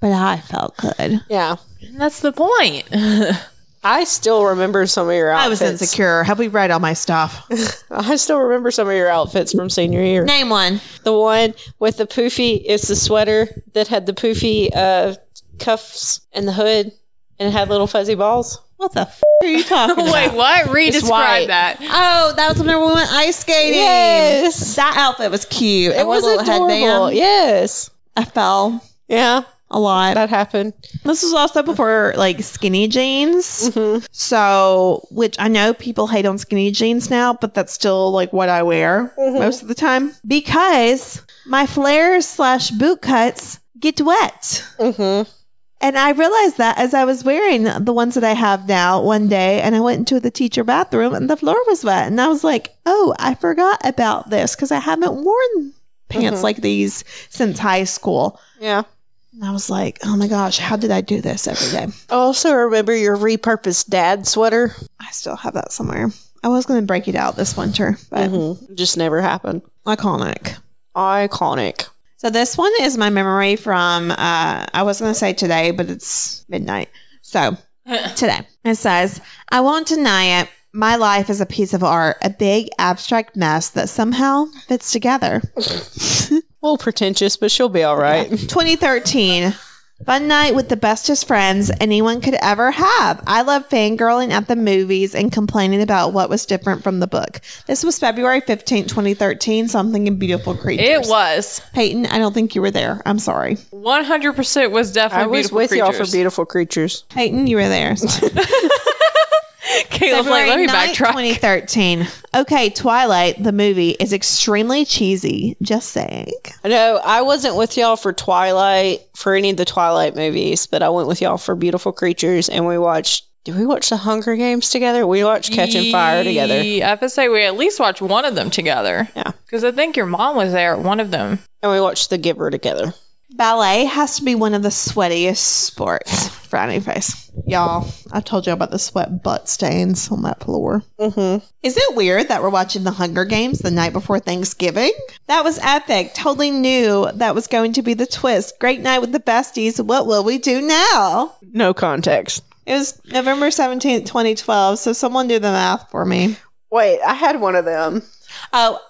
Speaker 1: but i felt good
Speaker 2: Yeah.
Speaker 3: And that's the point.
Speaker 2: I still remember some of your
Speaker 1: i was
Speaker 2: outfits.
Speaker 1: insecure have we read all my stuff
Speaker 2: I still remember some of your outfits from senior year.
Speaker 1: name one
Speaker 2: The one with the poofy, it's the sweater that had the poofy uh, cuffs and the hood and it had little fuzzy balls.
Speaker 1: What the f are you talking about?
Speaker 3: Wait, what?
Speaker 2: white.
Speaker 3: Redescribe that.
Speaker 1: Oh, that was when we went ice skating.
Speaker 2: Yes.
Speaker 1: That outfit was cute. It, was a little headband.
Speaker 2: Yes.
Speaker 1: I fell
Speaker 2: Yeah,
Speaker 1: a lot.
Speaker 2: that happened.
Speaker 1: This was also before like skinny jeans.
Speaker 2: Mhm.
Speaker 1: So, which I know people hate on skinny jeans now, but that's still like what I wear
Speaker 2: Mhm.
Speaker 1: most of the time because my flares slash boot cuts get wet.
Speaker 2: Mhm.
Speaker 1: And I realized that as I was wearing the ones that I have now one day, and I went into the teacher bathroom and the floor was wet. And I was like, oh, I forgot about this because I haven't worn pants
Speaker 2: Mhm.
Speaker 1: like these since high school.
Speaker 2: Yeah.
Speaker 1: And I was like, oh my gosh, how did I do this every day?
Speaker 2: I also remember your repurposed dad sweater.
Speaker 1: I still have that somewhere. I was going to break it out this winter, but
Speaker 2: Mhm. Just never happened.
Speaker 1: iconic.
Speaker 2: Iconic.
Speaker 1: So this one is my memory from uh, I was gonna say today, but it's midnight. So today. It says, I won't deny it. My life is a piece of art, a big abstract mess that somehow fits together.
Speaker 2: A little pretentious, but she'll be all right.
Speaker 1: 2013. Fun night with the bestest friends anyone could ever have. I love fangirling at the movies and complaining about what was different from the book. This was February 15, 2013, something in Beautiful Creatures.
Speaker 3: It was
Speaker 1: Peyton, I don't think you were there. I'm sorry.
Speaker 3: 100% was definitely
Speaker 2: I was
Speaker 3: beautiful
Speaker 2: with y'all for
Speaker 3: creatures.
Speaker 2: beautiful creatures.
Speaker 1: Peyton, you were there. Sorry.
Speaker 3: Caleb's like, let me
Speaker 1: 9th,
Speaker 3: backtrack.
Speaker 1: 2013. Okay, Twilight, the movie, is extremely cheesy. Just saying.
Speaker 2: No, I wasn't with y'all for Twilight for any of the Twilight movies, but I went with y'all for Beautiful Creatures, and we watched. Did we watch The Hunger Games together? We watched Catching Fire together,
Speaker 3: I have to say we at least watched one of them together.
Speaker 2: Yeah.
Speaker 3: Because I think your mom was there at one of them.
Speaker 2: and we watched The Giver together.
Speaker 1: Ballet has to be one of the sweatiest sports. Frowny face. Y'all, I told you about the sweat butt stains on that floor.
Speaker 2: Mm-hmm.
Speaker 1: Is it weird that we're watching the Hunger Games the night before Thanksgiving? That was epic. Totally knew that was going to be the twist. Great night with the besties. What will we do now?
Speaker 2: No context.
Speaker 1: It was November 17th, 2012, so someone do the math for me.
Speaker 2: Wait, I had one of them.
Speaker 1: Oh,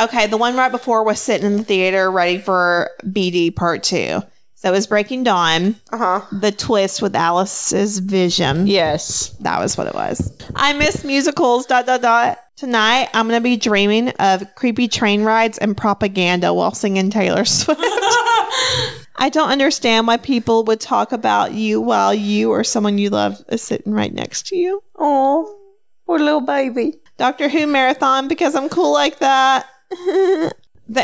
Speaker 1: okay. The one right before was sitting in the theater ready for BD part two. So it was Breaking Dawn,
Speaker 2: Uh huh.
Speaker 1: the twist with Alice's vision.
Speaker 2: Yes.
Speaker 1: That was what it was. I miss musicals. Dot dot dot. Tonight I'm gonna be dreaming of creepy train rides and propaganda while singing Taylor Swift. I don't understand why people would talk about you while you or someone you love is sitting right next to you.
Speaker 2: Oh, poor little baby.
Speaker 1: Doctor Who marathon because I'm cool like that. the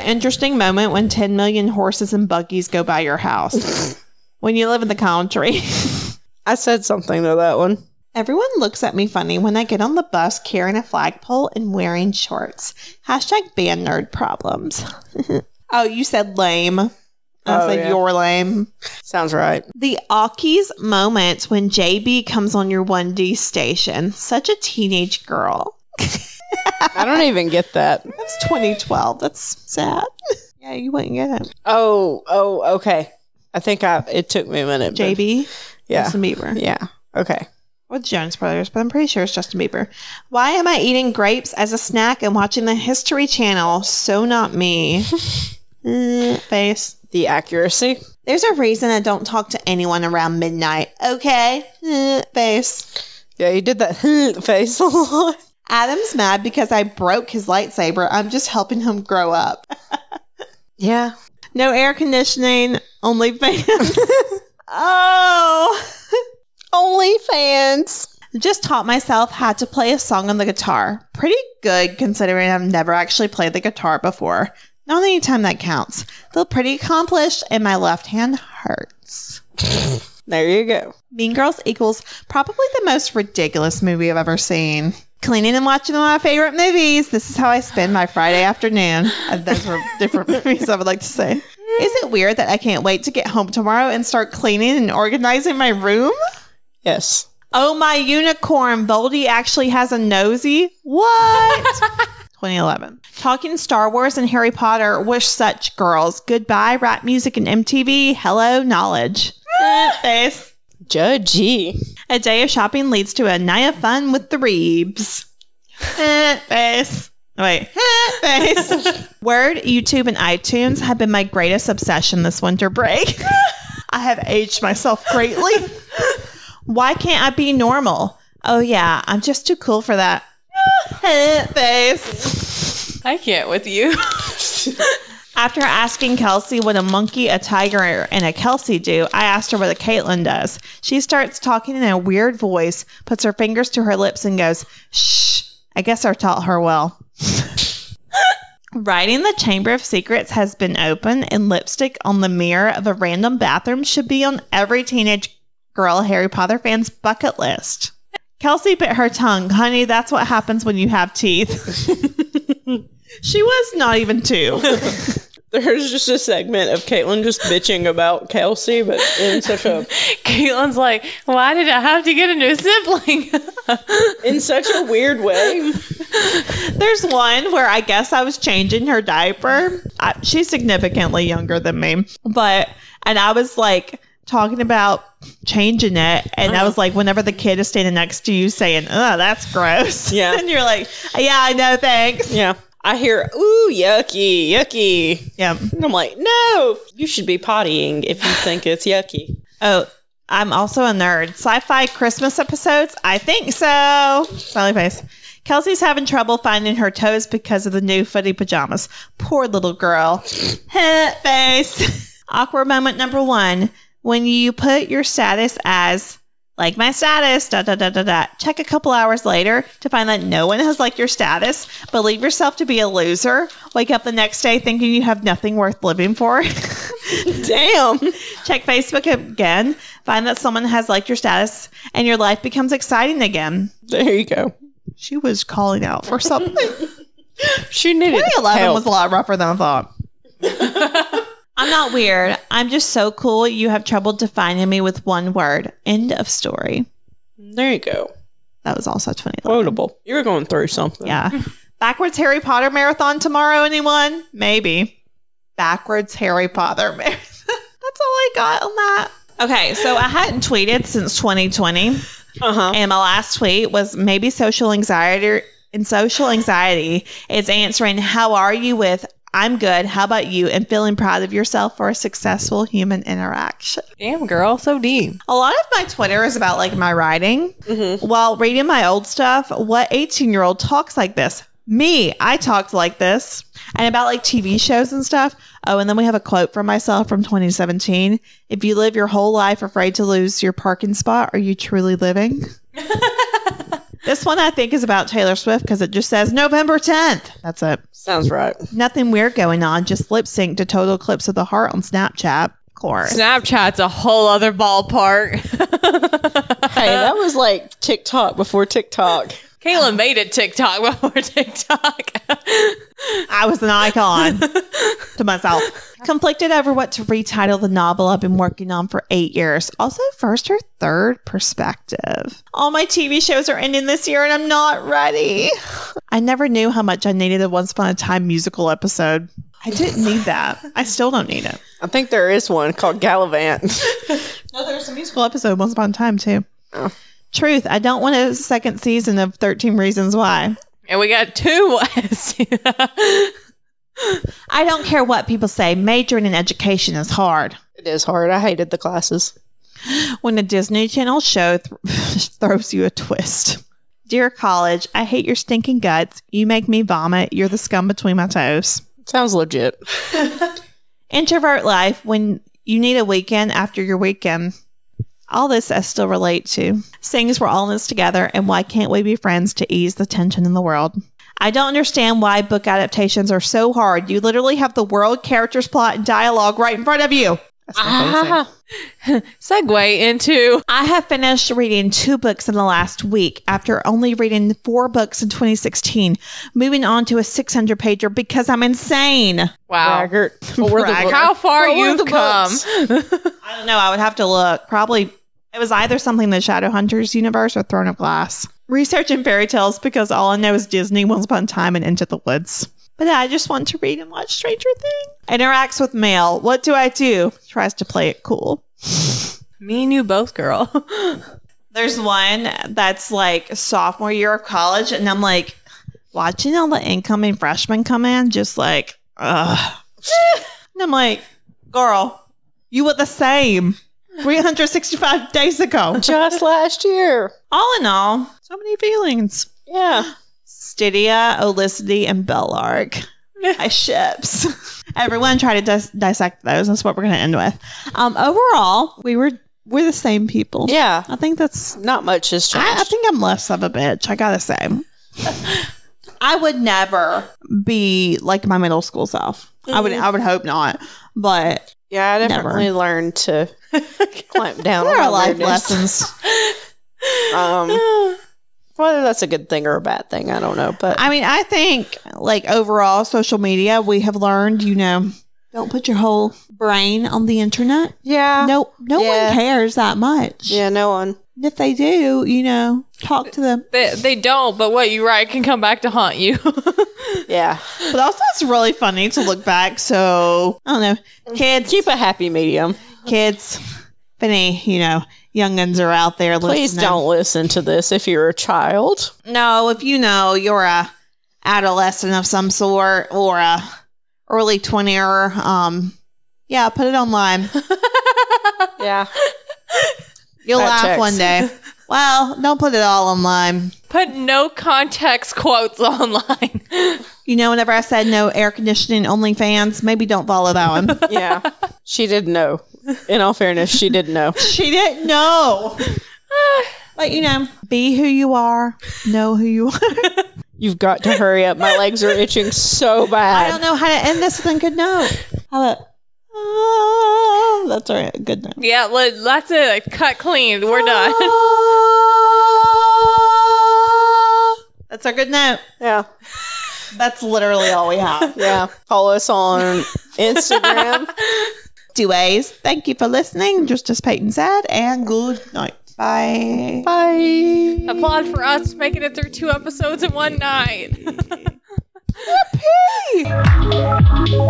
Speaker 1: interesting moment when 10 million horses and buggies go by your house. when you live in the country.
Speaker 2: I said something to that one.
Speaker 1: Everyone looks at me funny when I get on the bus carrying a flagpole and wearing shorts. Hashtag band nerd problems. oh, you said lame. I
Speaker 2: Oh,
Speaker 1: said
Speaker 2: yeah.
Speaker 1: you're lame.
Speaker 2: Sounds right.
Speaker 1: The Aki's moment when JB comes on your 1D station. Such a teenage girl.
Speaker 2: I don't even get that.
Speaker 1: That's 2012. That's sad. yeah, you wouldn't get it.
Speaker 2: Oh, oh, okay. I think I. It took me a minute. but-
Speaker 1: JB,
Speaker 2: Yeah.
Speaker 1: Justin Bieber.
Speaker 2: Yeah. Okay.
Speaker 1: With Jonas Brothers, but I'm pretty sure it's Justin Bieber. Why am I eating grapes as a snack and watching the History Channel? So not me. Mm, face.
Speaker 2: The accuracy.
Speaker 1: There's a reason I don't talk to anyone around midnight. Okay. Mm, face.
Speaker 2: Yeah, you did that face a lot.
Speaker 1: Adam's mad because I broke his lightsaber. I'm just helping him grow up.
Speaker 2: Yeah.
Speaker 1: No air conditioning, only fans. oh.
Speaker 2: Only fans.
Speaker 1: Just taught myself how to play a song on the guitar. Pretty good considering I've never actually played the guitar before. Not any time that counts. Feel pretty accomplished and my left hand hurts.
Speaker 2: There you go.
Speaker 1: Mean Girls equals probably the most ridiculous movie I've ever seen. Cleaning and watching one of my favorite movies. This is how I spend my Friday afternoon. Uh, Those were different movies I would like to say. Is it weird that I can't wait to get home tomorrow and start cleaning and organizing my room?
Speaker 2: Yes.
Speaker 1: Oh my unicorn, Voldy actually has a nosy. What? 2011. Talking Star Wars and Harry Potter. Wish such girls. Goodbye, rap music and MTV. Hello, knowledge. Eh, Face.
Speaker 2: Judgy.
Speaker 1: A day of shopping leads to a night of fun with the Reebs. Eh, Face. Wait. Eh, Face. Word, YouTube, and iTunes have been my greatest obsession this winter break. I have aged myself greatly. Why can't I be normal? Oh yeah, I'm just too cool for that. Face.
Speaker 3: I can't with you.
Speaker 1: After asking Kelsey what a monkey, a tiger, and a Kelsey do, I asked her what a Caitlin does. She starts talking in a weird voice, puts her fingers to her lips, and goes, "Shh." I guess I taught her well. Writing the Chamber of Secrets has been open, and lipstick on the mirror of a random bathroom should be on every teenage girl Harry Potter fan's bucket list. Kelsey bit her tongue. Honey, that's what happens when you have teeth. she was not even two.
Speaker 2: There's just a segment of Caitlin just bitching about Kelsey, but in such a
Speaker 3: Caitlin's like, why did I have to get a new sibling?
Speaker 2: in such a weird way.
Speaker 1: There's one where I guess I was changing her diaper. I, she's significantly younger than me, but and I was like talking about changing it, and I
Speaker 2: Uh-huh.
Speaker 1: was like, whenever the kid is standing next to you saying, "Oh, that's gross,"
Speaker 2: Yeah.
Speaker 1: and you're like, "Yeah, I know, thanks."
Speaker 2: Yeah. I hear, ooh, yucky, yucky.
Speaker 1: Yeah.
Speaker 2: And I'm like, no, you should be pottying if you think it's yucky.
Speaker 1: Oh, I'm also a nerd. Sci-fi Christmas episodes? I think so. Smiley face. Kelsey's having trouble finding her toes because of the new footy pajamas. Poor little girl. Heh, face. Awkward moment number one. When you put your status as like my status, da da da da da. Check a couple hours later to find that no one has liked your status. Believe yourself to be a loser. Wake up the next day thinking you have nothing worth living for.
Speaker 2: Damn.
Speaker 1: Check Facebook again, find that someone has liked your status, and your life becomes exciting again.
Speaker 2: There you go.
Speaker 1: She was calling out for something.
Speaker 2: She needed
Speaker 1: 2011
Speaker 2: help.
Speaker 1: was a lot rougher than I thought. I'm not weird. I'm just so cool. You have trouble defining me with one word. End of story.
Speaker 2: there you go.
Speaker 1: That was also 2011.
Speaker 2: Quotable. You were going through something.
Speaker 1: Yeah. Backwards Harry Potter marathon tomorrow, anyone? Maybe. Backwards Harry Potter marathon. That's all I got on that. Okay, so I hadn't tweeted since 2020.
Speaker 2: Uh huh.
Speaker 1: And my last tweet was maybe social anxiety and social anxiety is answering how are you with I'm good, how about you and feeling proud of yourself for a successful human interaction.
Speaker 3: Damn, girl, so deep.
Speaker 1: A lot of my Twitter is about like my writing.
Speaker 2: hmm
Speaker 1: While reading my old stuff, what 18-year-old talks like this? Me, I talked like this. And about like TV shows and stuff. Oh, and then we have a quote from myself from 2017. If you live your whole life afraid to lose your parking spot, are you truly living? This one I think is about Taylor Swift because it just says November 10th. That's it.
Speaker 2: Sounds right.
Speaker 1: Nothing weird going on. Just lip sync to Total Eclipse of the Heart on Snapchat. Of course.
Speaker 3: Snapchat's a whole other ballpark.
Speaker 2: Hey, that was like TikTok before TikTok.
Speaker 3: Kayla made it TikTok before TikTok.
Speaker 1: I was an icon to myself. Conflicted over what to retitle the novel I've been working on for eight years. Also, first or third perspective. All my TV shows are ending this year and I'm not ready. I never knew how much I needed a Once Upon a Time musical episode. I didn't need that. I still don't need it.
Speaker 2: I think there is one called Gallivant.
Speaker 1: No, there's a musical episode once upon a time too.
Speaker 2: Oh.
Speaker 1: Truth, I don't want a second season of Thirteen Reasons Why.
Speaker 3: and we got two. Wes.
Speaker 1: I don't care what people say. Majoring in education is hard.
Speaker 2: it is hard. I hated the classes.
Speaker 1: When a Disney Channel show th- throws you a twist. Dear college, I hate your stinking guts. You make me vomit. You're the scum between my toes.
Speaker 2: Sounds legit.
Speaker 1: Introvert life when you need a weekend after your weekend. All this I still relate to. Sings we're all in this together, and why can't we be friends to ease the tension in the world? I don't understand why book adaptations are so hard. You literally have the world, characters, plot, and dialogue right in front of you. That's not what I'm saying.
Speaker 2: Ah,
Speaker 3: Segue into
Speaker 1: I have finished reading two books in the last week after only reading four books in 2016, moving on to a 600 pager because I'm insane.
Speaker 3: wow.
Speaker 2: braggart. What were the
Speaker 1: Braggart.
Speaker 3: How far
Speaker 2: What were
Speaker 3: you've
Speaker 2: the
Speaker 3: come.
Speaker 2: books?
Speaker 1: I don't know. I would have to look. Probably it was either something in the Shadowhunters universe or Throne of Glass. Research in fairy tales because all I know is Disney, Once Upon a Time, and Into the Woods. But I just want to read and watch Stranger Things. Interacts with male. What do I do? Tries to play it cool.
Speaker 3: Me and you both, girl.
Speaker 1: There's one that's like sophomore year of college, and I'm like watching all the incoming freshmen come in, just like, ugh. and I'm like, girl, you were the same 365 days ago.
Speaker 2: Just last year.
Speaker 1: All in all, so many feelings.
Speaker 2: Yeah.
Speaker 1: Stydia, Olicity, and Bellark. I ships. Everyone try to dis- dissect those. That's what we're going to end with. Um, overall, we were we're the same people.
Speaker 2: Yeah.
Speaker 1: I think that's
Speaker 2: Not much has changed.
Speaker 1: I, I think I'm less of a bitch. I gotta say, I would never be like my middle school self. I would, I would hope not. But
Speaker 2: yeah, I
Speaker 1: Never.
Speaker 2: definitely learned to clamp down
Speaker 1: there
Speaker 2: on
Speaker 1: are
Speaker 2: my
Speaker 1: life
Speaker 2: weirdness.
Speaker 1: lessons.
Speaker 2: Um, whether that's a good thing or a bad thing, I don't know. But
Speaker 1: I mean, I think like overall, social media, we have learned, you know, don't put your whole brain on the internet.
Speaker 2: yeah,
Speaker 1: No, no
Speaker 2: Yeah.
Speaker 1: one cares that much.
Speaker 2: yeah, no one.
Speaker 1: And if they do, you know, talk to them.
Speaker 3: They, they don't, but what you write can come back to haunt you.
Speaker 2: Yeah,
Speaker 1: But also, it's really funny to look back. So I don't know, kids.
Speaker 2: keep a happy medium.
Speaker 1: kids if any, you know, youngins are out there
Speaker 2: Please
Speaker 1: listening.
Speaker 2: don't listen to this if you're a child.
Speaker 1: No, if you know you're a adolescent of some sort or a early 20er, um, yeah, put it online.
Speaker 2: Yeah.
Speaker 1: You'll
Speaker 2: That
Speaker 1: laugh
Speaker 2: checks.
Speaker 1: one day. Well, don't put it all online.
Speaker 3: Put no context quotes online.
Speaker 1: You know, whenever I said no air conditioning, only fans, maybe don't follow that one.
Speaker 2: Yeah. she didn't know. In all fairness, she didn't know.
Speaker 1: she didn't know. But you know, be who you are, know who you are.
Speaker 2: You've got to hurry up. My legs are itching so
Speaker 1: I
Speaker 2: bad.
Speaker 1: don't know how to end this with a good note. How about? Ah, that's all right. Good note. "Ah."
Speaker 3: yeah, li- that's it. Cut clean. We're
Speaker 1: Oh,
Speaker 3: done.
Speaker 1: That's our good note.
Speaker 2: Yeah.
Speaker 1: That's literally all we have.
Speaker 2: Yeah. Follow us on Instagram.
Speaker 1: Two ways. Thank you for listening. Just as Peyton said, and good night. Bye.
Speaker 2: Bye.
Speaker 3: Applaud for us making it through two episodes in one night.
Speaker 1: Yippee!